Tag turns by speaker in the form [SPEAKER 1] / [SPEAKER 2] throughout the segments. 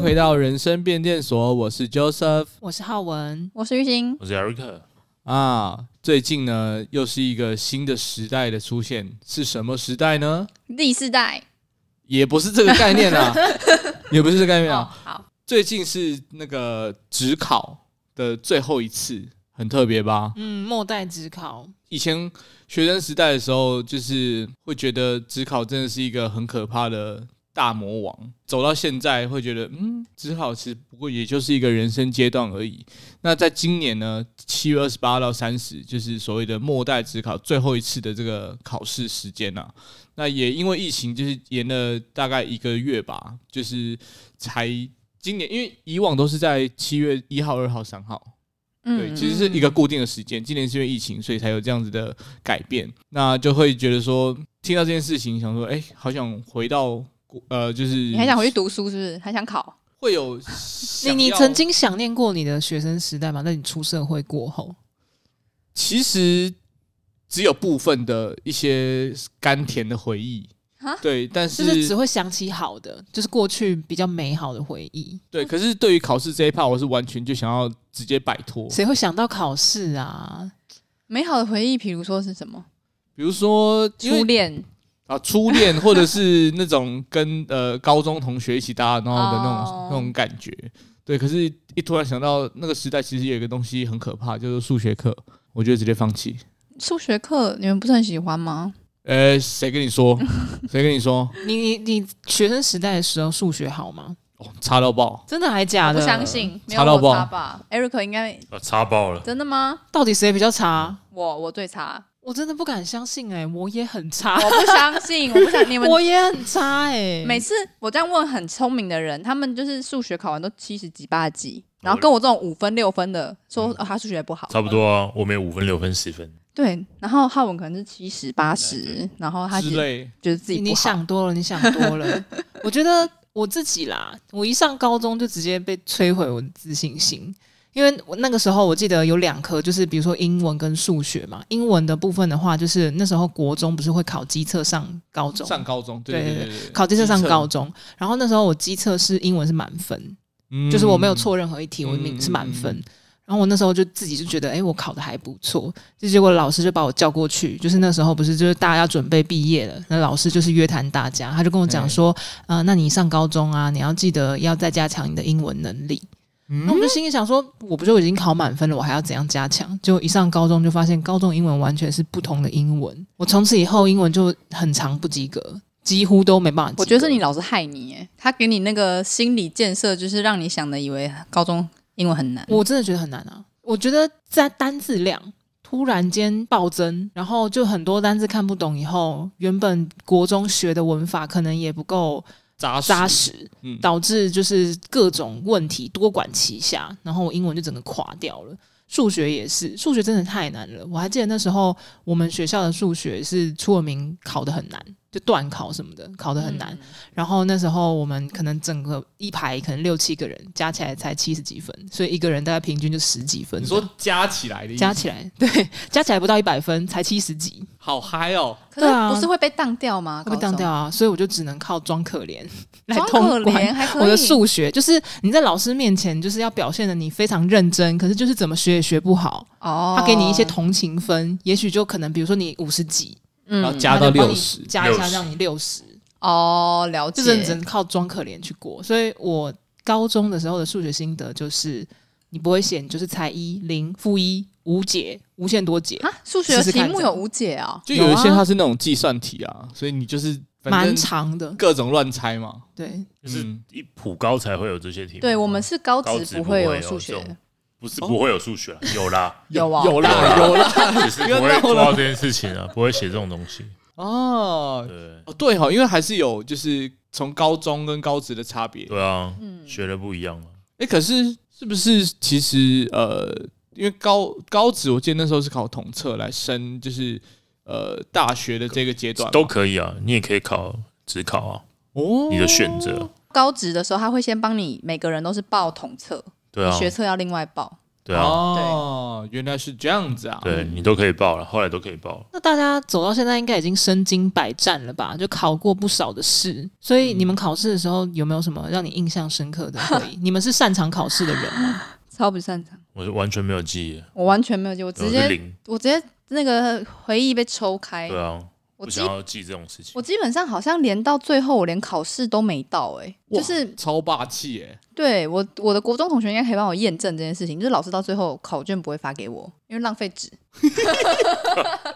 [SPEAKER 1] 回到人生变电所，我是 Joseph
[SPEAKER 2] 我是浩文，
[SPEAKER 3] 我是玉兴，
[SPEAKER 4] 我是 Eric，
[SPEAKER 1] 啊。最近呢，又是一个新的时代的出现，是什么时代呢？
[SPEAKER 3] 第四代。
[SPEAKER 1] 也不是这个概念 啊，也不是这个概念
[SPEAKER 3] 哦，
[SPEAKER 1] 啊。
[SPEAKER 3] 好，
[SPEAKER 1] 最近是那个职考的最后一次，很特别吧？
[SPEAKER 2] 嗯，末代只考，
[SPEAKER 1] 以前学生时代的时候，就是会觉得职考真的是一个很可怕的大魔王。走到现在，会觉得嗯，职考其实不过也就是一个人生阶段而已。那在今年呢，七月二十八到三十，就是所谓的末代职考最后一次的这个考试时间啊。那也因为疫情，就是延了大概一个月吧，就是才今年，因为以往都是在七月一号、二号、三号。
[SPEAKER 2] 嗯
[SPEAKER 3] 嗯
[SPEAKER 1] 对，其实是一个固定的时间。今年是因为疫情，所以才有这样子的改变。那就会觉得说，听到这件事情，想说，哎、好想回到国呃，就是
[SPEAKER 3] 你还想回去读书是不是？还想考？
[SPEAKER 1] 会有
[SPEAKER 2] 你
[SPEAKER 1] 想
[SPEAKER 2] 你
[SPEAKER 1] 要
[SPEAKER 2] 曾经想念过你的学生时代吗？那你出社会过后，
[SPEAKER 1] 其实只有部分的一些甘甜的回忆
[SPEAKER 3] 啊。
[SPEAKER 1] 对，但
[SPEAKER 2] 就是是只会想起好的，就是过去比较美好的回忆。
[SPEAKER 1] 对，可是对于考试这一 part，我是完全就想要直接摆脱。
[SPEAKER 2] 谁会想到考试啊？
[SPEAKER 3] 美好的回忆，比如说是什么？
[SPEAKER 1] 比如说，因为
[SPEAKER 3] 初恋，
[SPEAKER 1] 啊，初恋或者是那 种跟呃高中同学一起搭，然后的那种、
[SPEAKER 3] 哦
[SPEAKER 1] 那种感觉。对，可是，一突然想到那个时代，其实有一个东西很可怕，就是数学课，我就直接放弃。
[SPEAKER 3] 数学课你们不是很喜欢吗？
[SPEAKER 1] 呃，谁跟你 说？谁跟你说？
[SPEAKER 2] 你你你学生时代的时候数学好吗？
[SPEAKER 1] 哦，差到爆！
[SPEAKER 2] 真的还假的？
[SPEAKER 3] 不相。信，没有
[SPEAKER 1] 差到
[SPEAKER 3] 我
[SPEAKER 1] 爆
[SPEAKER 3] 差吧？Eric 应该
[SPEAKER 4] 啊，插爆了，
[SPEAKER 3] 真的吗？
[SPEAKER 2] 到底谁比较差？
[SPEAKER 3] 我我最差，
[SPEAKER 2] 我真的不敢相信哎、我也很差，
[SPEAKER 3] 我不相信，我不想你们。
[SPEAKER 2] 我也很差哎、
[SPEAKER 3] 每次我这样问很聪明的人，他们就是数学考完都七十几、八十几，然后跟我这种五分六分的
[SPEAKER 1] 嗯
[SPEAKER 3] 说、哦、他数学不好，
[SPEAKER 4] 差不多啊，我们有五分、六分、十分，
[SPEAKER 3] 对，然后浩文可能是七十八十，然后他
[SPEAKER 1] 之
[SPEAKER 3] 觉
[SPEAKER 1] 类，
[SPEAKER 3] 觉得自
[SPEAKER 2] 你
[SPEAKER 3] 己不
[SPEAKER 2] 你
[SPEAKER 3] 好。
[SPEAKER 2] 想多了，你想多 了。我觉得我自己啦，我一上高中就直接被摧毁我的自信心，因为我那个时候我记得有两科，就是比如说英文跟数学嘛。英文的部分的话，就是那时候国中不是会考机测上高中，
[SPEAKER 1] 上高中，对
[SPEAKER 2] 对
[SPEAKER 1] 对
[SPEAKER 2] 对
[SPEAKER 1] 对对，
[SPEAKER 2] 考机测上高
[SPEAKER 1] 机测，
[SPEAKER 2] 中，然后那时候我机测是英文是满分，
[SPEAKER 1] 嗯
[SPEAKER 2] 就是我没有，错任何一题，我
[SPEAKER 1] 嗯
[SPEAKER 2] 明是满分。
[SPEAKER 1] 嗯嗯
[SPEAKER 2] 然后我那时候就自己就觉得，哎、我考的还不错。就结果老师就把我叫过去，就是那时候不是就是大家要准备毕业了，那老师就是约谈大家，他就跟我
[SPEAKER 1] 哎
[SPEAKER 2] 讲说，呃，那你上高中啊，你要记得要再加强你的英文能力。
[SPEAKER 1] 嗯
[SPEAKER 2] 那我就心里想说，我不就已经考满分了，我还要怎样加强？结果一上高中就发现，高中英文完全是不同的英文。我从此以后英文就很长不及格，几乎都没办法及格。
[SPEAKER 3] 我觉得是你老师害你，耶，他给你那个心理建设，就是让你想的以为高中英文很难。
[SPEAKER 2] 我真的觉得很难啊！我觉得在单字量突然间暴增，然后就很多单字看不懂，以后原本国中学的文法可能也不够
[SPEAKER 1] 扎实
[SPEAKER 2] 扎实，
[SPEAKER 1] 嗯
[SPEAKER 2] 导致就是各种问题多管齐下，然后我英文就整个垮掉了。数学也是，数学真的太难了。我还记得那时候我们学校的数学是出了名考得很难，就断考什么的，考得很难。
[SPEAKER 1] 嗯
[SPEAKER 2] 然后那时候我们可能整个一排可能六七个人，加起来才七十几分，所以一个人大概平均就十几分
[SPEAKER 1] 你
[SPEAKER 2] 这样。
[SPEAKER 1] 说加起来的意思，
[SPEAKER 2] 加起来，对，加起来不到一百分，才七十几，
[SPEAKER 1] 好嗨哦！
[SPEAKER 3] 可
[SPEAKER 2] 对啊
[SPEAKER 3] 是不是会被当掉吗？
[SPEAKER 2] 会被当掉啊！所以我就只能靠装可怜来
[SPEAKER 3] 高中，装可
[SPEAKER 2] 通关。
[SPEAKER 3] 怜还可以。
[SPEAKER 2] 我的数学就是你在老师面前就是要表现的你非常认真，可是就是怎么学也学不好。
[SPEAKER 3] 哦，
[SPEAKER 2] 他给你一些同情分，也许就可能比如说你五十几，
[SPEAKER 3] 嗯
[SPEAKER 1] 然后加到
[SPEAKER 2] 他就帮你
[SPEAKER 1] 60
[SPEAKER 2] 加一下
[SPEAKER 4] 60
[SPEAKER 2] 让你六十，
[SPEAKER 3] 哦，了解。
[SPEAKER 2] 就认真靠装可怜去过。所以我高中的时候的数学心得就是，你不会写，你就是猜一零负一无解，无限多解，
[SPEAKER 3] 啊，数学
[SPEAKER 2] 试试
[SPEAKER 3] 题
[SPEAKER 2] 看
[SPEAKER 3] 目有无解哦。
[SPEAKER 1] 就有一些
[SPEAKER 2] 有啊
[SPEAKER 1] 它是那种计算题啊，所以你就是反
[SPEAKER 2] 蛮
[SPEAKER 1] 正
[SPEAKER 2] 长的。
[SPEAKER 1] 各种乱猜嘛。
[SPEAKER 2] 对，
[SPEAKER 4] 就是
[SPEAKER 1] 嗯
[SPEAKER 4] 一普高才会有这些题目。
[SPEAKER 3] 对我们是高
[SPEAKER 4] 高
[SPEAKER 3] 职
[SPEAKER 4] 职
[SPEAKER 3] 不会
[SPEAKER 4] 不
[SPEAKER 3] 有
[SPEAKER 4] 会有
[SPEAKER 3] 数
[SPEAKER 4] 这种
[SPEAKER 3] 学，
[SPEAKER 4] 不
[SPEAKER 1] 哦
[SPEAKER 4] 是不会有数学啦，有啦，
[SPEAKER 3] 有啊，
[SPEAKER 1] 有啦有啦
[SPEAKER 4] 只是不
[SPEAKER 1] 不
[SPEAKER 4] 会
[SPEAKER 1] 要闹
[SPEAKER 4] 做
[SPEAKER 1] 了
[SPEAKER 4] 到这件事情啊，不会写这种东 西。
[SPEAKER 1] 哦，
[SPEAKER 4] 对
[SPEAKER 1] 哦，对哈、哦，因为还是有就是从高中跟高职的差别。哎、
[SPEAKER 4] 对啊，
[SPEAKER 3] 嗯
[SPEAKER 4] 学的不一样啊。
[SPEAKER 1] 可是是不是其实呃，因为高高职我记得那时候是考统测来升，就是呃大学的这个阶段
[SPEAKER 4] 都可以啊，你也可以考只考啊，
[SPEAKER 1] 哦
[SPEAKER 4] 你的选择。
[SPEAKER 3] 高职的时候，他会先帮你每个人都是报统测，
[SPEAKER 4] 对啊，
[SPEAKER 3] 学测要另外报。
[SPEAKER 4] 对啊，
[SPEAKER 1] 哦，原来是这样子啊。
[SPEAKER 4] 对你都可以报了，后来都可以报了。
[SPEAKER 2] 那大家走到现在应该已经身经百战了吧？就考过不少的试，所以你们考试的时候有没有什么让你印象深刻的回忆？ 你们是擅长考试的人吗？
[SPEAKER 3] 超不擅长，
[SPEAKER 4] 我是完全没有记忆，
[SPEAKER 3] 我完全没有记，我直
[SPEAKER 4] 啊我是
[SPEAKER 3] 接
[SPEAKER 4] 零。
[SPEAKER 3] 我直接那个回忆被抽开
[SPEAKER 4] 对，啊，
[SPEAKER 3] 哎我
[SPEAKER 4] 不
[SPEAKER 3] 基
[SPEAKER 4] 想要记这种事情
[SPEAKER 3] 我。基本上好像连到最后，我连考试都没到、欸，
[SPEAKER 1] 哇
[SPEAKER 3] 就是
[SPEAKER 1] 超霸气哎！
[SPEAKER 3] 对我我的国中同学应该可以帮我验证这件事情，就是老师到最后考卷不会发给我，因为浪费纸，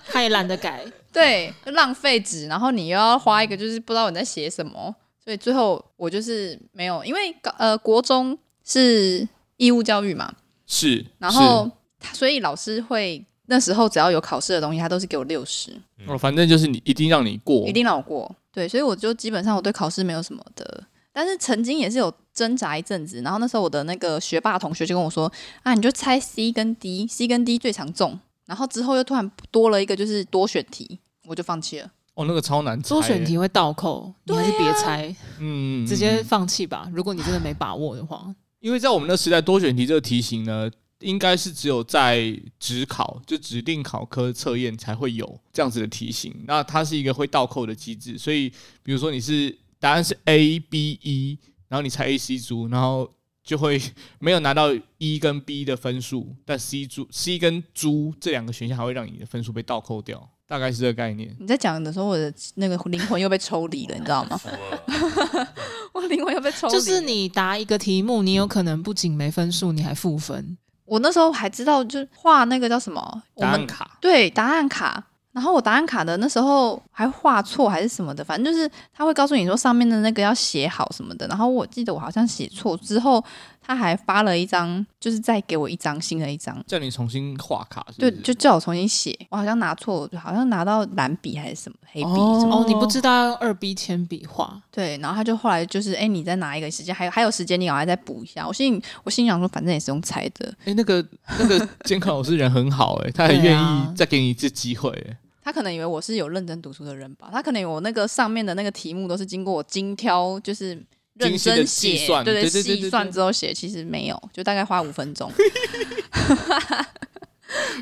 [SPEAKER 2] 他也懒得 改，
[SPEAKER 3] 对，就浪费纸，然后你又要花一个就是不知道你在写什么，所以最后我就是没有，因为高呃国中是义务教育嘛，
[SPEAKER 1] 是，
[SPEAKER 3] 然后他所以老师会那时候只要有考试的东西，他都是给我六十，
[SPEAKER 1] 是哦，反正就是你一定让你过，
[SPEAKER 3] 一定让我过。对，所以我就基本上我对考试没有什么的，但是曾经也是有挣扎一阵子。然后那时候我的那个学霸同学就跟我说：“啊，你就猜 C 跟 D，C 跟 D 最常中。”然后之后又突然多了一个就是多选题，我就放弃了。
[SPEAKER 1] 哦，那个超难猜
[SPEAKER 2] 多选
[SPEAKER 1] 欸，
[SPEAKER 2] 题会倒扣，你还是别猜，啊
[SPEAKER 1] 嗯，
[SPEAKER 2] 直接
[SPEAKER 1] 嗯
[SPEAKER 2] 放弃吧。如果你真的没把握的 话，
[SPEAKER 1] 因为在我们的时代，多选题这个题型呢，应该是只有在指考就指定考科测验才会有这样子的题型。那它是一个会倒扣的机制，所以比如说你是答案是 A B E，然后你猜 A C 组，然后就会没有拿到 E 跟 B 的分数，但 C 猪 C 跟猪这两个选项还会让你的分数被倒扣掉，大概是这个概念。
[SPEAKER 3] 你在讲的时候，我的那个灵魂又被抽离了，你知道吗？ 我灵魂又被抽离。
[SPEAKER 2] 就是，你答一个题目，你有可能不仅没分数，你还负分。
[SPEAKER 3] 我那时候还知道，就是画那个叫什么，我
[SPEAKER 1] 答
[SPEAKER 3] 们
[SPEAKER 1] 案卡
[SPEAKER 3] 对答案卡。然后我答案卡的那时候还画错还是什么的，反正就是他会告诉你说上面的那个要写好什么的。然后我记得我好像写错之后，他还发了一张，就是再给我一张新的一张，
[SPEAKER 1] 叫你重新画卡是不
[SPEAKER 3] 对，
[SPEAKER 1] 是，
[SPEAKER 2] 嗯
[SPEAKER 3] 就叫我重新写。我好像拿错，好像拿到蓝笔还是什么黑笔
[SPEAKER 1] 哦
[SPEAKER 3] 什么。
[SPEAKER 2] 哦，你不知道要用二 B 铅笔画，
[SPEAKER 3] 对，然后他就后来就是，哎，你再拿一个时间，还有还有时间，你赶快再补一下。我心里我心里想说，反正也是用猜的，
[SPEAKER 1] 哎、那个那 个监考老师人很好哎、他很
[SPEAKER 2] 对
[SPEAKER 1] 愿
[SPEAKER 2] 啊
[SPEAKER 1] 意再给你一次机会、欸。
[SPEAKER 3] 他可能以为我是有认真读书的人吧，他可能以为我那个上面的那个题目都是经过我精挑，就是认
[SPEAKER 1] 精心地
[SPEAKER 3] 真
[SPEAKER 1] 计
[SPEAKER 3] 写，
[SPEAKER 1] 算
[SPEAKER 3] 对
[SPEAKER 1] 对对对
[SPEAKER 3] 细
[SPEAKER 1] 对
[SPEAKER 3] 算
[SPEAKER 1] 对
[SPEAKER 3] 之后写，其实没有，就大概花五分钟，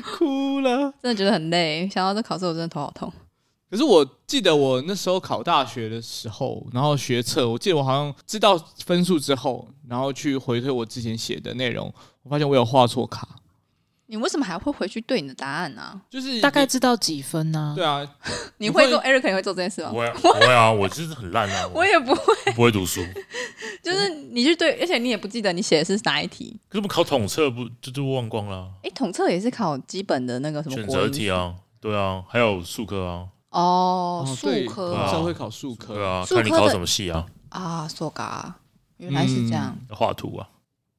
[SPEAKER 1] 哭了。
[SPEAKER 3] 真的觉得很累。想到这考试，我真的头好痛。
[SPEAKER 1] 可是我记得我那时候考大学的时候，然后学测，我记得我好像知道分数之后，然后去回推我之前写的内容，我发现我有画错卡，
[SPEAKER 3] 你为什么还会回去对你的答案呢、
[SPEAKER 1] 就是
[SPEAKER 2] 大概知道几分呢、
[SPEAKER 1] 对啊，
[SPEAKER 3] 你
[SPEAKER 1] 你
[SPEAKER 3] 会
[SPEAKER 1] 会
[SPEAKER 3] 做 Eric 也会做这件事吗
[SPEAKER 4] 不？会啊，不会啊，我就是很烂啊，
[SPEAKER 3] 我也不会，
[SPEAKER 4] 我不会读书。
[SPEAKER 3] 就是你去对，而且你也不记得你写的是哪一题。
[SPEAKER 4] 可是我们考统测不就就忘光了啊、
[SPEAKER 3] 哎，统测也是考基本的那个什么
[SPEAKER 4] 选
[SPEAKER 3] 国
[SPEAKER 4] 择
[SPEAKER 3] 英
[SPEAKER 4] 题啊，对啊，还有数科啊，
[SPEAKER 3] 哦，数
[SPEAKER 1] 对
[SPEAKER 3] 科
[SPEAKER 1] 我
[SPEAKER 3] 啊
[SPEAKER 1] 那时候
[SPEAKER 4] 啊
[SPEAKER 1] 会考数科，
[SPEAKER 4] 对啊，
[SPEAKER 3] 数科
[SPEAKER 4] 看你考
[SPEAKER 3] 的
[SPEAKER 4] 什么系啊，
[SPEAKER 3] 啊，硕嘎，原来是这样。
[SPEAKER 1] 嗯
[SPEAKER 4] 画图啊，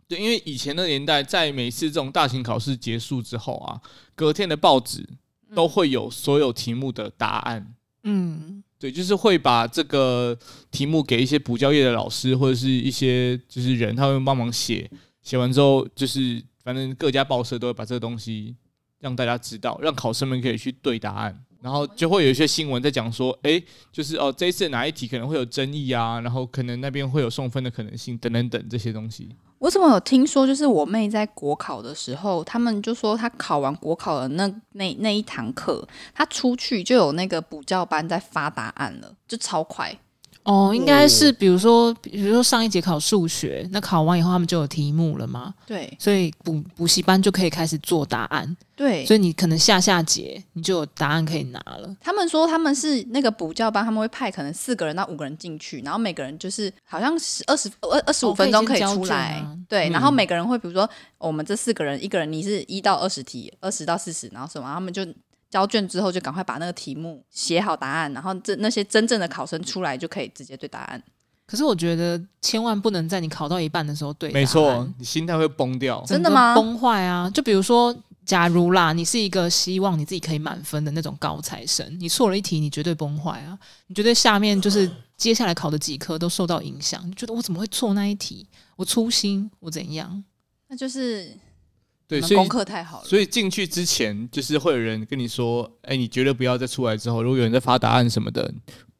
[SPEAKER 1] 对，因为以前的年代，在每次这种大型考试结束之后啊，隔天的报纸都会有所有题目的答案。
[SPEAKER 2] 嗯，
[SPEAKER 1] 对，就是会把这个题目给一些补教业的老师或者是一些就是人，他们帮忙写，写完之后就是反正各家报社都会把这个东西让大家知道，让考生们可以去对答案，然后就会有一些新闻在讲说，哎，就是哦这一次哪一题可能会有争议啊，然后可能那边会有送分的可能性等等等这些东西。
[SPEAKER 3] 我怎么有听说，就是我妹在国考的时候，他们就说她考完国考的那那那一堂课，她出去就有那个补教班在发答案了，就超快。
[SPEAKER 2] 哦，应该是比如说，比如说上一节考数学，那考完以后他们就有题目了嘛，
[SPEAKER 3] 对
[SPEAKER 2] 所以补补习班就可以开始做答案，
[SPEAKER 3] 对，
[SPEAKER 2] 所以你可能下下节你就有答案可以拿了。
[SPEAKER 3] 他们说他们是那个补教班，他们会派可能四个人到五个人进去，然后每个人就是好像十二十二二十五
[SPEAKER 2] 哦可以
[SPEAKER 3] 分钟可以
[SPEAKER 2] 先交
[SPEAKER 3] 出
[SPEAKER 2] 卷
[SPEAKER 3] 来，
[SPEAKER 2] 啊
[SPEAKER 3] 对，
[SPEAKER 1] 嗯
[SPEAKER 3] 然后每个人会比如说哦我们这四个人，一个人你是一到二十题，二十到四十，然后什么，他们就。交卷之后就赶快把那个题目写好答案，然后这那些真正的考生出来就可以直接对答案。
[SPEAKER 2] 可是我觉得千万不能在你考到一半的时候对答案，
[SPEAKER 1] 没错，你心态会崩掉。
[SPEAKER 3] 真的吗
[SPEAKER 2] 整个崩坏啊！就比如说，假如啦，你是一个希望你自己可以满分的那种高材生，你错了一题，你绝对崩坏啊！你绝对下面就是接下来考的几科都受到影响，你觉得我怎么会错那一题？我粗心，我怎样？
[SPEAKER 3] 那就是
[SPEAKER 1] 对，
[SPEAKER 3] 你们
[SPEAKER 1] 所以
[SPEAKER 3] 功课太好了。
[SPEAKER 1] 所以进去之前，就是会有人跟你说：“哎、你绝对不要再出来之后，如果有人在发答案什么的，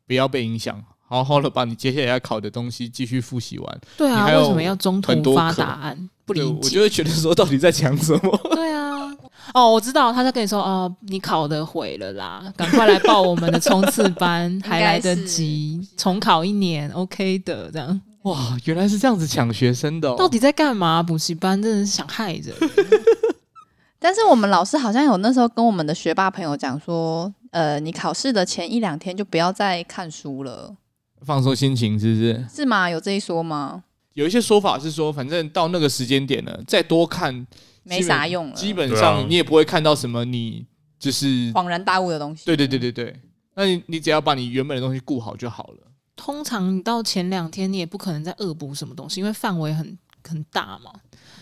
[SPEAKER 1] 不要被影响，好好好的把你接下来要考的东西继续复习完。
[SPEAKER 2] 对啊，
[SPEAKER 1] 你还有
[SPEAKER 2] 为什么要中
[SPEAKER 1] 很
[SPEAKER 2] 途
[SPEAKER 1] 多
[SPEAKER 2] 发
[SPEAKER 1] 课
[SPEAKER 2] 答案？不
[SPEAKER 1] 对
[SPEAKER 2] 理
[SPEAKER 1] 我
[SPEAKER 2] 解
[SPEAKER 1] 就。会觉得说到底在讲什么？
[SPEAKER 2] 对啊，哦，我知道，他在跟你说，哦，你考的毁了啦，赶快来报我们的冲刺班，还来得及，重考一年，OK 的，这样。
[SPEAKER 1] 哇，原来是这样子抢学生的、哦，
[SPEAKER 2] 到底在干嘛？补习班真的是想害人。
[SPEAKER 3] 但是我们老师好像有那时候跟我们的学霸朋友讲说，呃，你考试的前一两天就不要再看书了，
[SPEAKER 1] 放松心情是不是？
[SPEAKER 3] 是吗？有这一说吗？
[SPEAKER 1] 有一些说法是说，反正到那个时间点了，再多看
[SPEAKER 3] 没啥用了，
[SPEAKER 1] 基本
[SPEAKER 4] 对啊
[SPEAKER 1] 上你也不会看到什么，你就是
[SPEAKER 3] 恍然大悟的东西。
[SPEAKER 1] 对对对对对，那你你只要把你原本的东西顾好就好了。
[SPEAKER 2] 通常你到前两天，你也不可能再恶补什么东西，因为范围很很大嘛。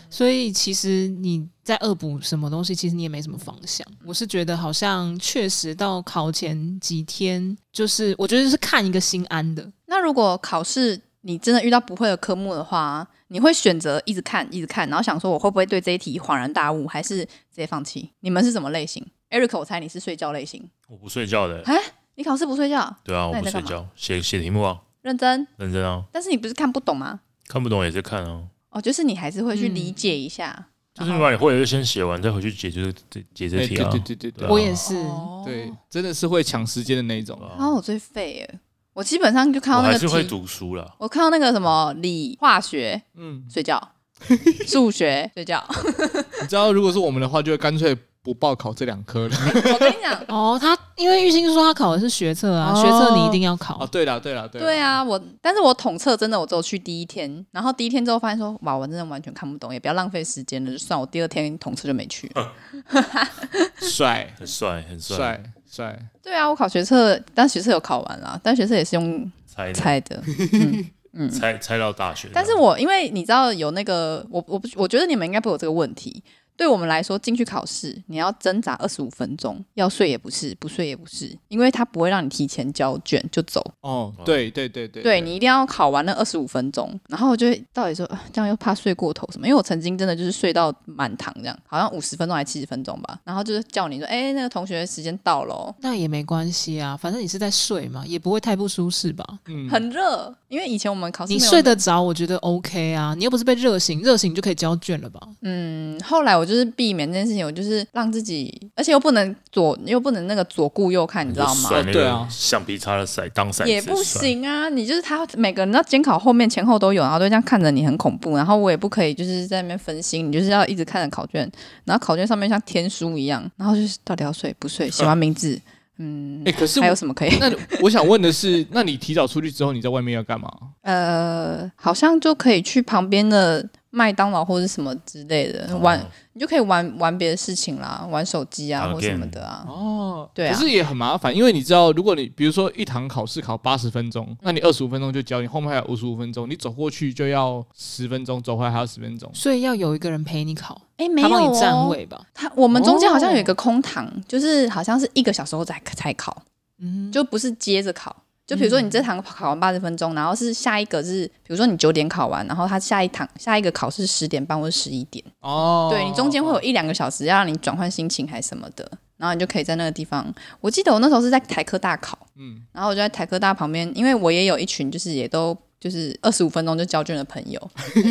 [SPEAKER 2] 所以其实你在恶补什么东西，其实你也没什么方向。我是觉得好像确实到考前几天，就是我觉得是看一个心安的。
[SPEAKER 3] 那如果考试你真的遇到不会的科目的话，你会选择一直看一直看，然后想说我会不会对这一题恍然大悟，还是直接放弃？你们是什么类型？Eric，我猜你是睡觉类型。
[SPEAKER 4] 我不睡觉的，欸
[SPEAKER 3] 哎，你考试不睡觉，
[SPEAKER 4] 对啊，
[SPEAKER 3] 那
[SPEAKER 4] 我
[SPEAKER 3] 你
[SPEAKER 4] 不
[SPEAKER 3] 在
[SPEAKER 4] 睡
[SPEAKER 3] 干嘛
[SPEAKER 4] 觉，写写题目啊，
[SPEAKER 3] 认真，
[SPEAKER 4] 认真啊，
[SPEAKER 3] 但是你不是看不懂吗？
[SPEAKER 4] 看不懂也是看啊，
[SPEAKER 3] 哦，就是你还是会去
[SPEAKER 2] 嗯
[SPEAKER 3] 理解一下。哦
[SPEAKER 4] 就是
[SPEAKER 3] 然后
[SPEAKER 4] 把你会的就先写完，再回去解这个这解这
[SPEAKER 1] 哎
[SPEAKER 4] 题
[SPEAKER 1] 对
[SPEAKER 4] 啊，
[SPEAKER 1] 对对对对
[SPEAKER 4] 对啊
[SPEAKER 2] 我也是，
[SPEAKER 3] 哦
[SPEAKER 1] 对，真的是会抢时间的那一种。
[SPEAKER 3] 然啊后我最废耶，我基本上就看
[SPEAKER 4] 我
[SPEAKER 3] 到那
[SPEAKER 4] 还
[SPEAKER 3] 个
[SPEAKER 4] 是会
[SPEAKER 3] 题，
[SPEAKER 4] 读书啦，
[SPEAKER 3] 我看到那个什么理化学
[SPEAKER 1] 嗯，
[SPEAKER 3] 睡 觉，数学睡觉。
[SPEAKER 1] 你知道，如果是我们的话，就会干脆不报考这两科了。
[SPEAKER 3] 我跟你讲，
[SPEAKER 2] 哦，他因为玉兴说他考的是学测啊，
[SPEAKER 3] 哦
[SPEAKER 2] 学测你一定要 考。
[SPEAKER 1] 哦，对了对了对
[SPEAKER 3] 对
[SPEAKER 1] 啊，
[SPEAKER 3] 啊，我但是我统测真的，我只有去第一天，然后第一天之后发现说，哇，我真的完全看不懂，也不要浪费时间了，就算我第二天统测就没去。
[SPEAKER 1] 嗯帅
[SPEAKER 4] 很帅很帅，
[SPEAKER 1] 帅帅，
[SPEAKER 3] 对啊，我考学测，但学测有考完啦，但学测也是用
[SPEAKER 4] 猜的
[SPEAKER 3] 猜的。
[SPEAKER 4] 猜猜到大学，
[SPEAKER 3] 但是我因为你知道有那个，我我不我觉得你们应该不会有这个问题。对我们来说，进去考试你要挣扎二十五分钟，要睡也不是，不睡也不是，因为它不会让你提前交卷就走。
[SPEAKER 1] 哦，对对对对，
[SPEAKER 3] 对你一定要考完那二十五分钟，然后我就会到底说啊这样又怕睡过头什么，因为我曾经真的就是睡到满堂这样，好像五十分钟还七十分钟吧，然后就是叫你说，哎、那个同学时间到了哦，
[SPEAKER 2] 那也没关系啊，反正你是在睡嘛，也不会太不舒适吧。
[SPEAKER 1] 嗯，
[SPEAKER 3] 很热，因为以前我们考试
[SPEAKER 2] 你
[SPEAKER 3] 没有
[SPEAKER 2] 睡得着，我觉得 OK 啊。你又不是被热醒，热醒就可以交卷了吧？
[SPEAKER 3] 嗯，后来我就是避免这件事情，我就是让自己，而且又不能左又不能那个左顾右看，你知道吗？
[SPEAKER 4] 甩那
[SPEAKER 1] 对
[SPEAKER 4] 个
[SPEAKER 1] 啊
[SPEAKER 4] 橡皮擦的骰当骰子
[SPEAKER 3] 也不
[SPEAKER 4] 甩，
[SPEAKER 3] 行啊！你就是他每个人要监考后面前后都有，然后都这样看着你，很恐怖。然后我也不可以就是在那边分心，你就是要一直看着考卷，然后考卷上面像天书一样，然后就是到底要睡不睡，写完名字，嗯
[SPEAKER 1] 哎，，可 是
[SPEAKER 3] 还有
[SPEAKER 1] 我
[SPEAKER 3] 什么可以？
[SPEAKER 1] 那我想问的是， 那你提早出去之后，你在外面要干嘛？
[SPEAKER 3] 呃，好像就可以去旁边的麦当劳或者什么之类的
[SPEAKER 4] 哦
[SPEAKER 3] 玩，你就可以玩玩别的事情啦，玩手机啊
[SPEAKER 4] 打个
[SPEAKER 3] 或什么
[SPEAKER 4] game
[SPEAKER 3] 的啊。
[SPEAKER 1] 哦，
[SPEAKER 3] 对啊
[SPEAKER 1] 可是也很麻烦，因为你知道，如果你比如说一堂考试考八十分钟，那你二十五分钟就教，你后面还有五十五分钟，你走过去就要十分钟，走回来还要十分钟。
[SPEAKER 2] 所以要有一个人陪你考，
[SPEAKER 3] 哎，没
[SPEAKER 2] 他
[SPEAKER 3] 有
[SPEAKER 2] 帮你占
[SPEAKER 3] 哦，
[SPEAKER 2] 位吧。
[SPEAKER 3] 他我们中间好像有一
[SPEAKER 1] 哦
[SPEAKER 3] 个空堂，就是好像是一个小时后才才考。
[SPEAKER 2] 嗯，
[SPEAKER 3] 就不是接着考。就比如说
[SPEAKER 1] 嗯
[SPEAKER 3] 你这堂考完八十分钟，然后是下一个是，比如说你九点考完，然后他下一堂下一个考试十点半或者十一点，
[SPEAKER 1] 哦，
[SPEAKER 3] 对你中间会有一两个小时要让你转换心情还什么的，然后你就可以在那个地方。我记得我那时候是在台科大考，
[SPEAKER 1] 嗯，
[SPEAKER 3] 然后我就在台科大旁边，因为我也有一群就是也都就是二十五分钟就交卷的朋 友，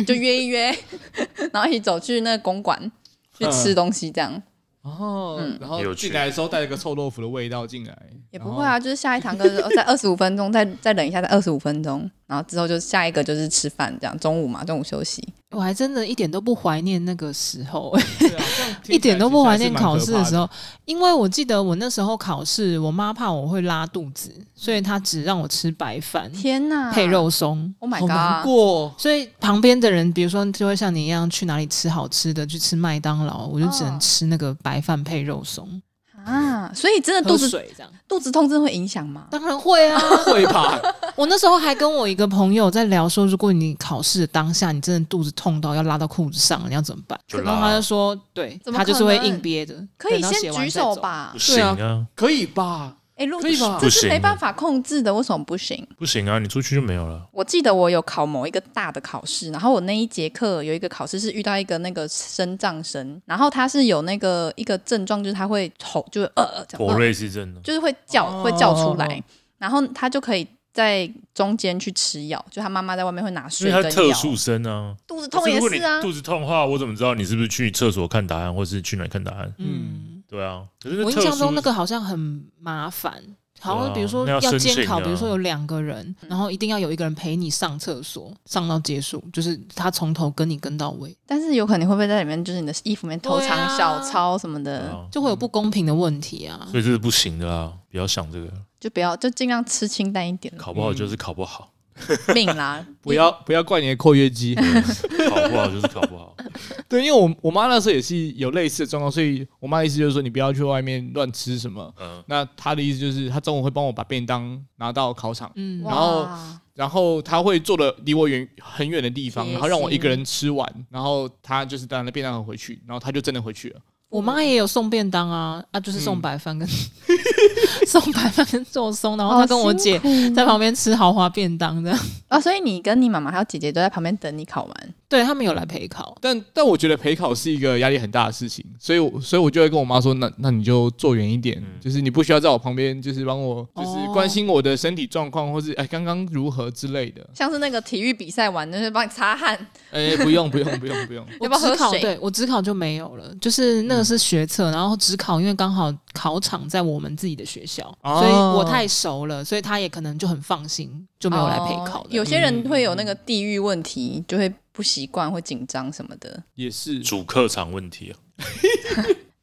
[SPEAKER 3] 就约一约， 然后一起走去那个公馆去
[SPEAKER 1] 嗯
[SPEAKER 3] 吃东西，这样
[SPEAKER 1] 哦，
[SPEAKER 3] 嗯
[SPEAKER 1] 然后
[SPEAKER 4] 有趣
[SPEAKER 1] 进来的时候带了个臭豆腐的味道进来，
[SPEAKER 3] 也不会啊，就是下一堂课是再二十五分钟，再再忍一下，再二十五分钟，然后之后就下一个就是吃饭，这样中午嘛，中午休息。
[SPEAKER 2] 我还真的一点都不怀念那个时候，
[SPEAKER 1] 对啊，这样听起来
[SPEAKER 2] 一点都不怀念
[SPEAKER 1] 其实还是蛮
[SPEAKER 2] 考
[SPEAKER 1] 可
[SPEAKER 2] 试
[SPEAKER 1] 怕
[SPEAKER 2] 的
[SPEAKER 1] 的
[SPEAKER 2] 时候，因为我记得我那时候考试，我妈怕我会拉肚子，所以她只让我吃白饭
[SPEAKER 3] 天哪，
[SPEAKER 2] 配肉松。
[SPEAKER 3] ，Oh my
[SPEAKER 1] 好难
[SPEAKER 3] god！
[SPEAKER 1] 过。
[SPEAKER 2] 所以旁边的人，比如说就会像你一样去哪里吃好吃的，去吃麦当劳，我就只能
[SPEAKER 3] 哦
[SPEAKER 2] 吃那个白饭配肉松，
[SPEAKER 3] 啊，所以真的
[SPEAKER 2] 喝
[SPEAKER 3] 肚子
[SPEAKER 2] 水 这样。
[SPEAKER 3] 肚子痛真的会影响吗？
[SPEAKER 2] 当然会啊！
[SPEAKER 1] 会吧？
[SPEAKER 2] 我那时候还跟我一个朋友在聊说，如果你考试的当下你真的肚子痛到要拉到裤子上了，你要怎么办？
[SPEAKER 4] 就
[SPEAKER 2] 然后他
[SPEAKER 4] 拉
[SPEAKER 2] 就，说，对，
[SPEAKER 3] 怎么
[SPEAKER 2] 他就是会
[SPEAKER 3] 可能
[SPEAKER 2] 硬憋着，
[SPEAKER 3] 可以
[SPEAKER 2] 等到写
[SPEAKER 3] 先
[SPEAKER 2] 完
[SPEAKER 3] 举
[SPEAKER 2] 再
[SPEAKER 3] 手
[SPEAKER 2] 走。
[SPEAKER 3] 吧
[SPEAKER 4] 不。行啊，
[SPEAKER 1] 可以吧？
[SPEAKER 3] 哎，如
[SPEAKER 1] 可以吧
[SPEAKER 3] 这是
[SPEAKER 4] 不行
[SPEAKER 3] 没办法控制的，为什么不行？
[SPEAKER 4] 不行啊，你出去就没有了。
[SPEAKER 3] 我记得我有考某一个大的考试，然后我那一节课有一个考试是遇到一个那个生障生，然后他是有那个一个症状，就是他会吼，就是呃呃这样
[SPEAKER 4] 妥瑞是真的，
[SPEAKER 3] 就是会叫、
[SPEAKER 1] 哦
[SPEAKER 3] 会叫出来，
[SPEAKER 1] 哦哦，
[SPEAKER 3] 然后他就可以在中间去吃药，就他妈妈在外面会拿
[SPEAKER 4] 因
[SPEAKER 3] 水
[SPEAKER 4] 为他
[SPEAKER 3] 跟
[SPEAKER 4] 特
[SPEAKER 3] 药。
[SPEAKER 4] 殊生啊。
[SPEAKER 3] 肚子痛也
[SPEAKER 4] 如果
[SPEAKER 3] 是
[SPEAKER 4] 你
[SPEAKER 3] 啊，
[SPEAKER 4] 肚子痛的话，我怎么知道你是不是去厕所看答案，或是去哪里看答案？
[SPEAKER 2] 嗯，
[SPEAKER 4] 对啊，可是那
[SPEAKER 2] 我印
[SPEAKER 4] 特
[SPEAKER 2] 象
[SPEAKER 4] 殊
[SPEAKER 2] 中那个好像很麻烦，好像比如说
[SPEAKER 4] 对啊那要
[SPEAKER 2] 要
[SPEAKER 4] 申
[SPEAKER 2] 监考，
[SPEAKER 4] 请啊
[SPEAKER 2] 比如说有两个人，然后一定要有一个人陪你上厕所，上到结束，就是他从头跟你跟到尾，
[SPEAKER 3] 但是有可能你会不会在里面，就是你的衣服里面偷
[SPEAKER 2] 对啊
[SPEAKER 3] 藏小抄什么
[SPEAKER 4] 对
[SPEAKER 3] 的，
[SPEAKER 4] 啊，
[SPEAKER 2] 就会有不公平的问题啊。
[SPEAKER 4] 所以这是不行的啊！不要想这个，
[SPEAKER 3] 就不要就尽量吃清淡一点，
[SPEAKER 4] 考不好就是考不好，
[SPEAKER 3] 命啦
[SPEAKER 1] 不要不要怪你的括约 肌。
[SPEAKER 4] 考不好就是考不好。
[SPEAKER 1] 对，因为我我妈那时候也是有类似的状况，所以我妈的意思就是说，你不要去外面乱吃什么。
[SPEAKER 4] 嗯，
[SPEAKER 1] 那她的意思就是，她中午会帮我把便当拿到考场，
[SPEAKER 2] 嗯，
[SPEAKER 1] 然后
[SPEAKER 3] 哇
[SPEAKER 1] 然后她会坐的离我远很远的地方，
[SPEAKER 3] 贴
[SPEAKER 1] 然后让我一
[SPEAKER 3] 心
[SPEAKER 1] 个人吃完，然后她就是带了便当盒回去，然后她就真的回去了。
[SPEAKER 2] 我妈也有送便当啊，啊，就是送
[SPEAKER 1] 嗯
[SPEAKER 2] 白饭跟、 送白饭跟肉松，然后她跟我姐
[SPEAKER 3] 好辛苦
[SPEAKER 2] 在旁边吃豪华便当这样。
[SPEAKER 3] 啊，所以你跟你妈妈还有姐姐都在旁边等你考完，
[SPEAKER 2] 对他们有来陪考，
[SPEAKER 1] 但但我觉得陪考是一个压力很大的事情，所以我所以我就会跟我妈说，那那你就坐远一点，
[SPEAKER 4] 嗯
[SPEAKER 1] 就是你不需要在我旁边，就是帮我就是
[SPEAKER 2] 哦
[SPEAKER 1] 关心我的身体状况，或是哎刚刚如何之类的。
[SPEAKER 3] 像是那个体育比赛完就是帮你擦汗，
[SPEAKER 1] 哎，不用不用不用不用，
[SPEAKER 2] 我
[SPEAKER 3] 要不要
[SPEAKER 2] 只
[SPEAKER 3] 喝
[SPEAKER 2] 考
[SPEAKER 3] 水
[SPEAKER 2] 对我只考就没有了，就是那个是学测，然后只考因为刚好考场在我们自己的学校，
[SPEAKER 1] 哦
[SPEAKER 2] 所以我太熟了，所以他也可能就很放心，就没有来陪考
[SPEAKER 3] 哦
[SPEAKER 2] 的。
[SPEAKER 3] 有些人会有那个地域问题，就会不习惯、会紧张什么的。
[SPEAKER 1] 也是
[SPEAKER 4] 主客场问题啊，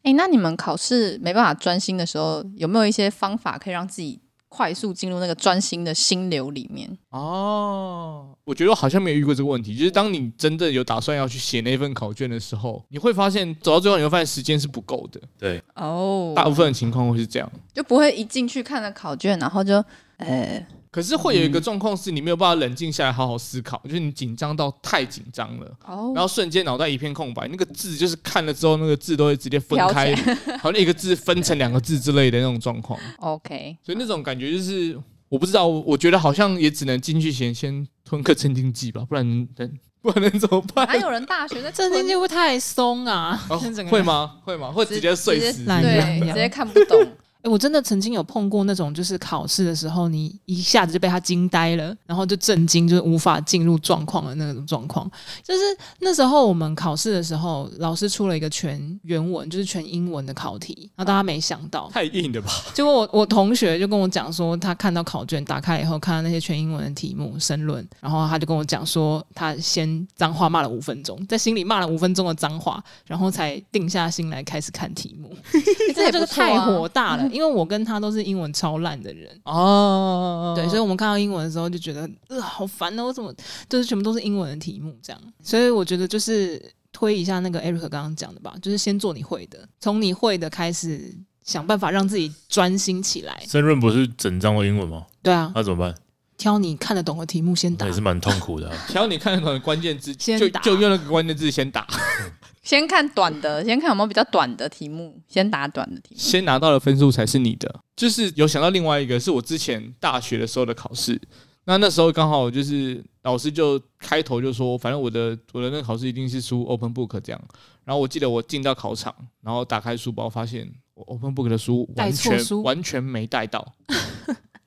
[SPEAKER 3] 哎、那你们考试没办法专心的时候，有没有一些方法可以让自己快速进入那个专心的心流里面？
[SPEAKER 1] 哦。我觉得我好像没有遇过这个问题，就是当你真的有打算要去写那份考卷的时候，你会发现走到最后，你会发现时间是不够的，
[SPEAKER 4] 对，
[SPEAKER 3] 哦
[SPEAKER 1] 大部分的情况会是这样。
[SPEAKER 3] 就不会一进去看了考卷，然后就呃，
[SPEAKER 1] 可是会有一个状况是你没有办法冷静下来好好思考，就是你紧张到太紧张了。
[SPEAKER 3] 哦
[SPEAKER 1] 然后瞬间脑袋一片空白，那个字就是看了之后，那个字都会直接分开
[SPEAKER 3] 飘，
[SPEAKER 1] 好像一个字分成两个字之类的那种状况。
[SPEAKER 3] OK，
[SPEAKER 1] 所以那种感觉就是，我不知道，我觉得好像也只能进去前先吞个镇定剂吧，不然能不然能怎么办
[SPEAKER 3] 哪？有人大学在
[SPEAKER 2] 这
[SPEAKER 3] 吞
[SPEAKER 2] 天就会太松啊，
[SPEAKER 1] 哦
[SPEAKER 2] 整个人
[SPEAKER 1] 会？吗？会吗？会直接睡死？
[SPEAKER 2] 懒
[SPEAKER 3] 对
[SPEAKER 2] 洋，洋
[SPEAKER 3] 直接看不懂。
[SPEAKER 2] 哎、我真的曾经有碰过那种，就是考试的时候，你一下子就被他惊呆了，然后就震惊，就是无法进入状况的那种状况。就是那时候我们考试的时候，老师出了一个全原文，就是全英文的考题，然后大家没想到，
[SPEAKER 1] 太硬了吧？
[SPEAKER 2] 结果我我同学就跟我讲说，他看到考卷打开以后，看到那些全英文的题目申论，然后他就跟我讲说，他先脏话骂了五分钟，在心里骂了五分钟的脏话，然后才定下心来开始看题 目。
[SPEAKER 3] 这也
[SPEAKER 2] 这
[SPEAKER 3] 不
[SPEAKER 2] 个
[SPEAKER 3] 错啊
[SPEAKER 2] 太火大了，因为我跟他都是英文超烂的人。
[SPEAKER 1] 哦，
[SPEAKER 2] 对，所以我们看到英文的时候就觉得，呃，好烦哦！我怎么就是全部都是英文的题目这样？所以我觉得就是推一下那个 Eric 刚刚讲的吧，就是先做你会的，从你会的开始想办法让自己专心起来。
[SPEAKER 4] 申润不是整张都英文吗？
[SPEAKER 2] 对啊，
[SPEAKER 4] 那怎么办？
[SPEAKER 2] 挑你看得懂的题目先打
[SPEAKER 4] 那也。是蛮痛苦的啊。
[SPEAKER 1] 只要你看得懂的关键字，
[SPEAKER 2] 先
[SPEAKER 1] 就
[SPEAKER 2] 打
[SPEAKER 1] 就用那个关键字先打，
[SPEAKER 3] 先看短的，先看有没有比较短的题目，先打短的题目。
[SPEAKER 1] 先拿到的分数才是你的。就是有想到另外一个，是我之前大学的时候的考试。那那时候刚好就是老师就开头就说，反正我的我的那个考试一定是输 open book 这样。然后我记得我进到考场，然后打开书包，发现我 open book 的书完
[SPEAKER 2] 带错
[SPEAKER 1] 全
[SPEAKER 2] 书
[SPEAKER 1] 完全没带到，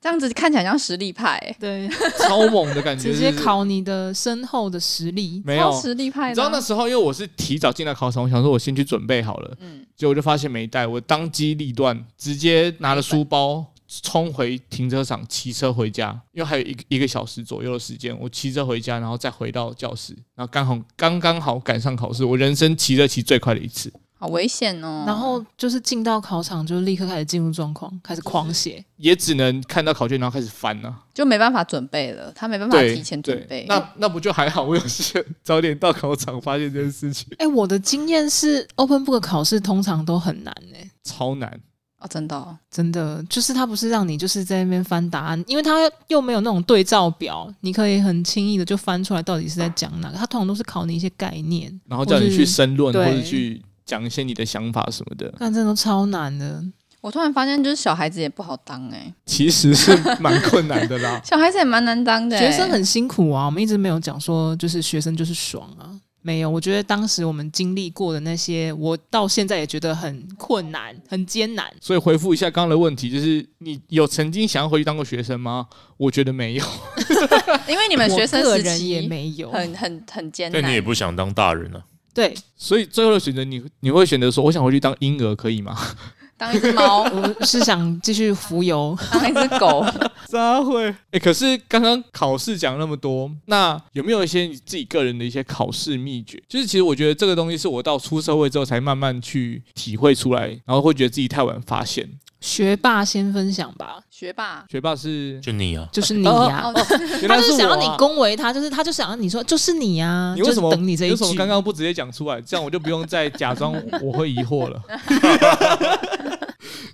[SPEAKER 3] 这样子看起来像实力派、欸，
[SPEAKER 2] 对，
[SPEAKER 1] 超猛的感觉，
[SPEAKER 2] 直接
[SPEAKER 1] 就是
[SPEAKER 2] 考你的深厚的实力。
[SPEAKER 1] 没有
[SPEAKER 3] 超。实力派的啊。
[SPEAKER 1] 你知道那时候，因为我是提早进到考场，我想说我先去准备好了，
[SPEAKER 3] 嗯，
[SPEAKER 1] 结果我就发现没带，我当机立断，直接拿了书包冲回停车场，骑车回家，因为还有一个一个小时左右的时间，我骑车回家，然后再回到教室，然后刚好刚刚好赶上考试，我人生骑车骑最快的一次，
[SPEAKER 3] 好危险
[SPEAKER 1] 嗯
[SPEAKER 3] 哦。
[SPEAKER 2] 然后就是进到考场，就立刻开始进入状况，开始狂写。
[SPEAKER 1] 也只能看到考卷，然后开始翻了、
[SPEAKER 3] 就没办法准备了，他没办法
[SPEAKER 1] 对，
[SPEAKER 3] 提前准
[SPEAKER 1] 对。
[SPEAKER 3] 备
[SPEAKER 1] 那那不就还好？我有事早点到考场，发现这件事情
[SPEAKER 2] 哎、我的经验是，Open Book 考试通常都很难哎、
[SPEAKER 1] 超难。
[SPEAKER 3] 哦，真的、哦，
[SPEAKER 2] 真的，就是他不是让你就是在那边翻答案，因为他又没有那种对照表，你可以很轻易的就翻出来到底是在讲哪个。他通常都是考你一些概念，
[SPEAKER 1] 然后叫你去申论，或
[SPEAKER 2] 对
[SPEAKER 1] 者去讲一些你的想法什么的，
[SPEAKER 2] 但真的都超难的。
[SPEAKER 3] 我突然发现，就是小孩子也不好当哎、。
[SPEAKER 1] 其实是蛮困难的啦
[SPEAKER 3] 小孩子也蛮难当的欸、
[SPEAKER 2] 学生很辛苦啊，我们一直没有讲说就是学生就是爽啊，没有，我觉得当时我们经历过的那些，我到现在也觉得很困难、很艰难。
[SPEAKER 1] 所以回复一下刚刚的问题，就是你有曾经想要回去当过学生吗？我觉得没有。
[SPEAKER 3] 因为你们学生
[SPEAKER 2] 我个
[SPEAKER 3] 时
[SPEAKER 2] 人
[SPEAKER 3] 期
[SPEAKER 2] 也没有，
[SPEAKER 3] 很很很艰
[SPEAKER 4] 但你也
[SPEAKER 3] 难。
[SPEAKER 4] 不想当大人啊，
[SPEAKER 2] 对，
[SPEAKER 1] 所以最后的选择你，你会选择说，我想回去当婴儿，可以吗？
[SPEAKER 3] 当一只猫
[SPEAKER 2] 我是想继续浮游。
[SPEAKER 3] 当一只 狗，
[SPEAKER 1] 咋会？哎、可是刚刚考试讲那么多，那有没有一些你自己个人的一些考试秘诀？就是其实我觉得这个东西是我到出社会之后才慢慢去体会出来，然后会觉得自己太晚发现。
[SPEAKER 2] 学霸先分享吧，
[SPEAKER 3] 学霸。
[SPEAKER 1] 学霸是，
[SPEAKER 4] 就你啊，
[SPEAKER 2] 就是你呀、
[SPEAKER 3] 哦，
[SPEAKER 1] 原
[SPEAKER 2] 他
[SPEAKER 1] 来
[SPEAKER 2] 就是是
[SPEAKER 1] 我、啊、
[SPEAKER 2] 想要你恭维他，就是他就想要你说就是你呀、
[SPEAKER 1] 你为什么
[SPEAKER 2] 啊就是等你这一
[SPEAKER 1] 为什
[SPEAKER 2] 句
[SPEAKER 1] 么？刚刚不直接讲出来？这样我就不用再假装我会疑惑了。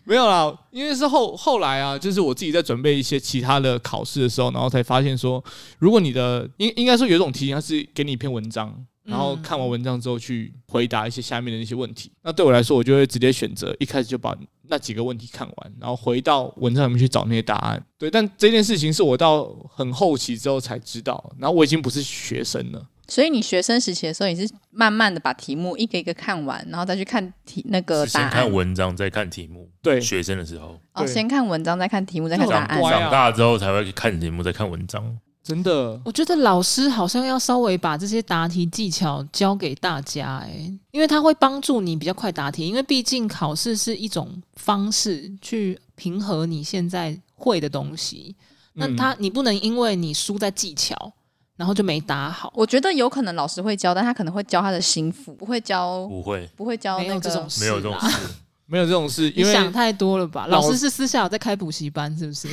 [SPEAKER 1] 没有啦，因为是后后来啊，就是我自己在准备一些其他的考试的时候，然后才发现说，如果你的应应该说有一种题型，它是给你一篇文章，然
[SPEAKER 2] 嗯
[SPEAKER 1] 后看完文章之后去回答一些下面的一些问题。那对我来说，我就会直接选择一开始就把那几个问题看完，然后回到文章里面去找那些答案。对，但这件事情是我到很后期之后才知道，然后我已经不是学生了。
[SPEAKER 3] 所以你学生时期的时候，你是慢慢的把题目一个一个看完，然后再去看题那个
[SPEAKER 4] 是
[SPEAKER 3] 答
[SPEAKER 4] 先
[SPEAKER 3] 案
[SPEAKER 4] 看。文章再看题目。
[SPEAKER 1] 对，
[SPEAKER 4] 学生的时候，
[SPEAKER 3] 哦，
[SPEAKER 1] 对
[SPEAKER 3] 先看文章，再看题目，再看
[SPEAKER 1] 这种
[SPEAKER 3] 答案。
[SPEAKER 1] 乖啊
[SPEAKER 4] 长大之后才会看节目，再看文章。
[SPEAKER 1] 真的，
[SPEAKER 2] 我觉得老师好像要稍微把这些答题技巧教给大家、欸，因为他会帮助你比较快答题，因为毕竟考试是一种方式去平和你现在会的东西。那
[SPEAKER 1] 嗯
[SPEAKER 2] 他、你不能因为你输在技巧，然后就没答好，
[SPEAKER 3] 我觉得有可能老师会教，但他可能会教他的心腹，不会教，
[SPEAKER 4] 不会，
[SPEAKER 3] 不会教
[SPEAKER 2] 没
[SPEAKER 3] 那
[SPEAKER 2] 有
[SPEAKER 3] 个
[SPEAKER 2] 这种事，
[SPEAKER 4] 没有这种。事。
[SPEAKER 1] 没有这种事，
[SPEAKER 2] 你
[SPEAKER 1] 因为
[SPEAKER 2] 想太多了吧？
[SPEAKER 1] 老
[SPEAKER 2] 老师是私下有在开补习班，是不 是？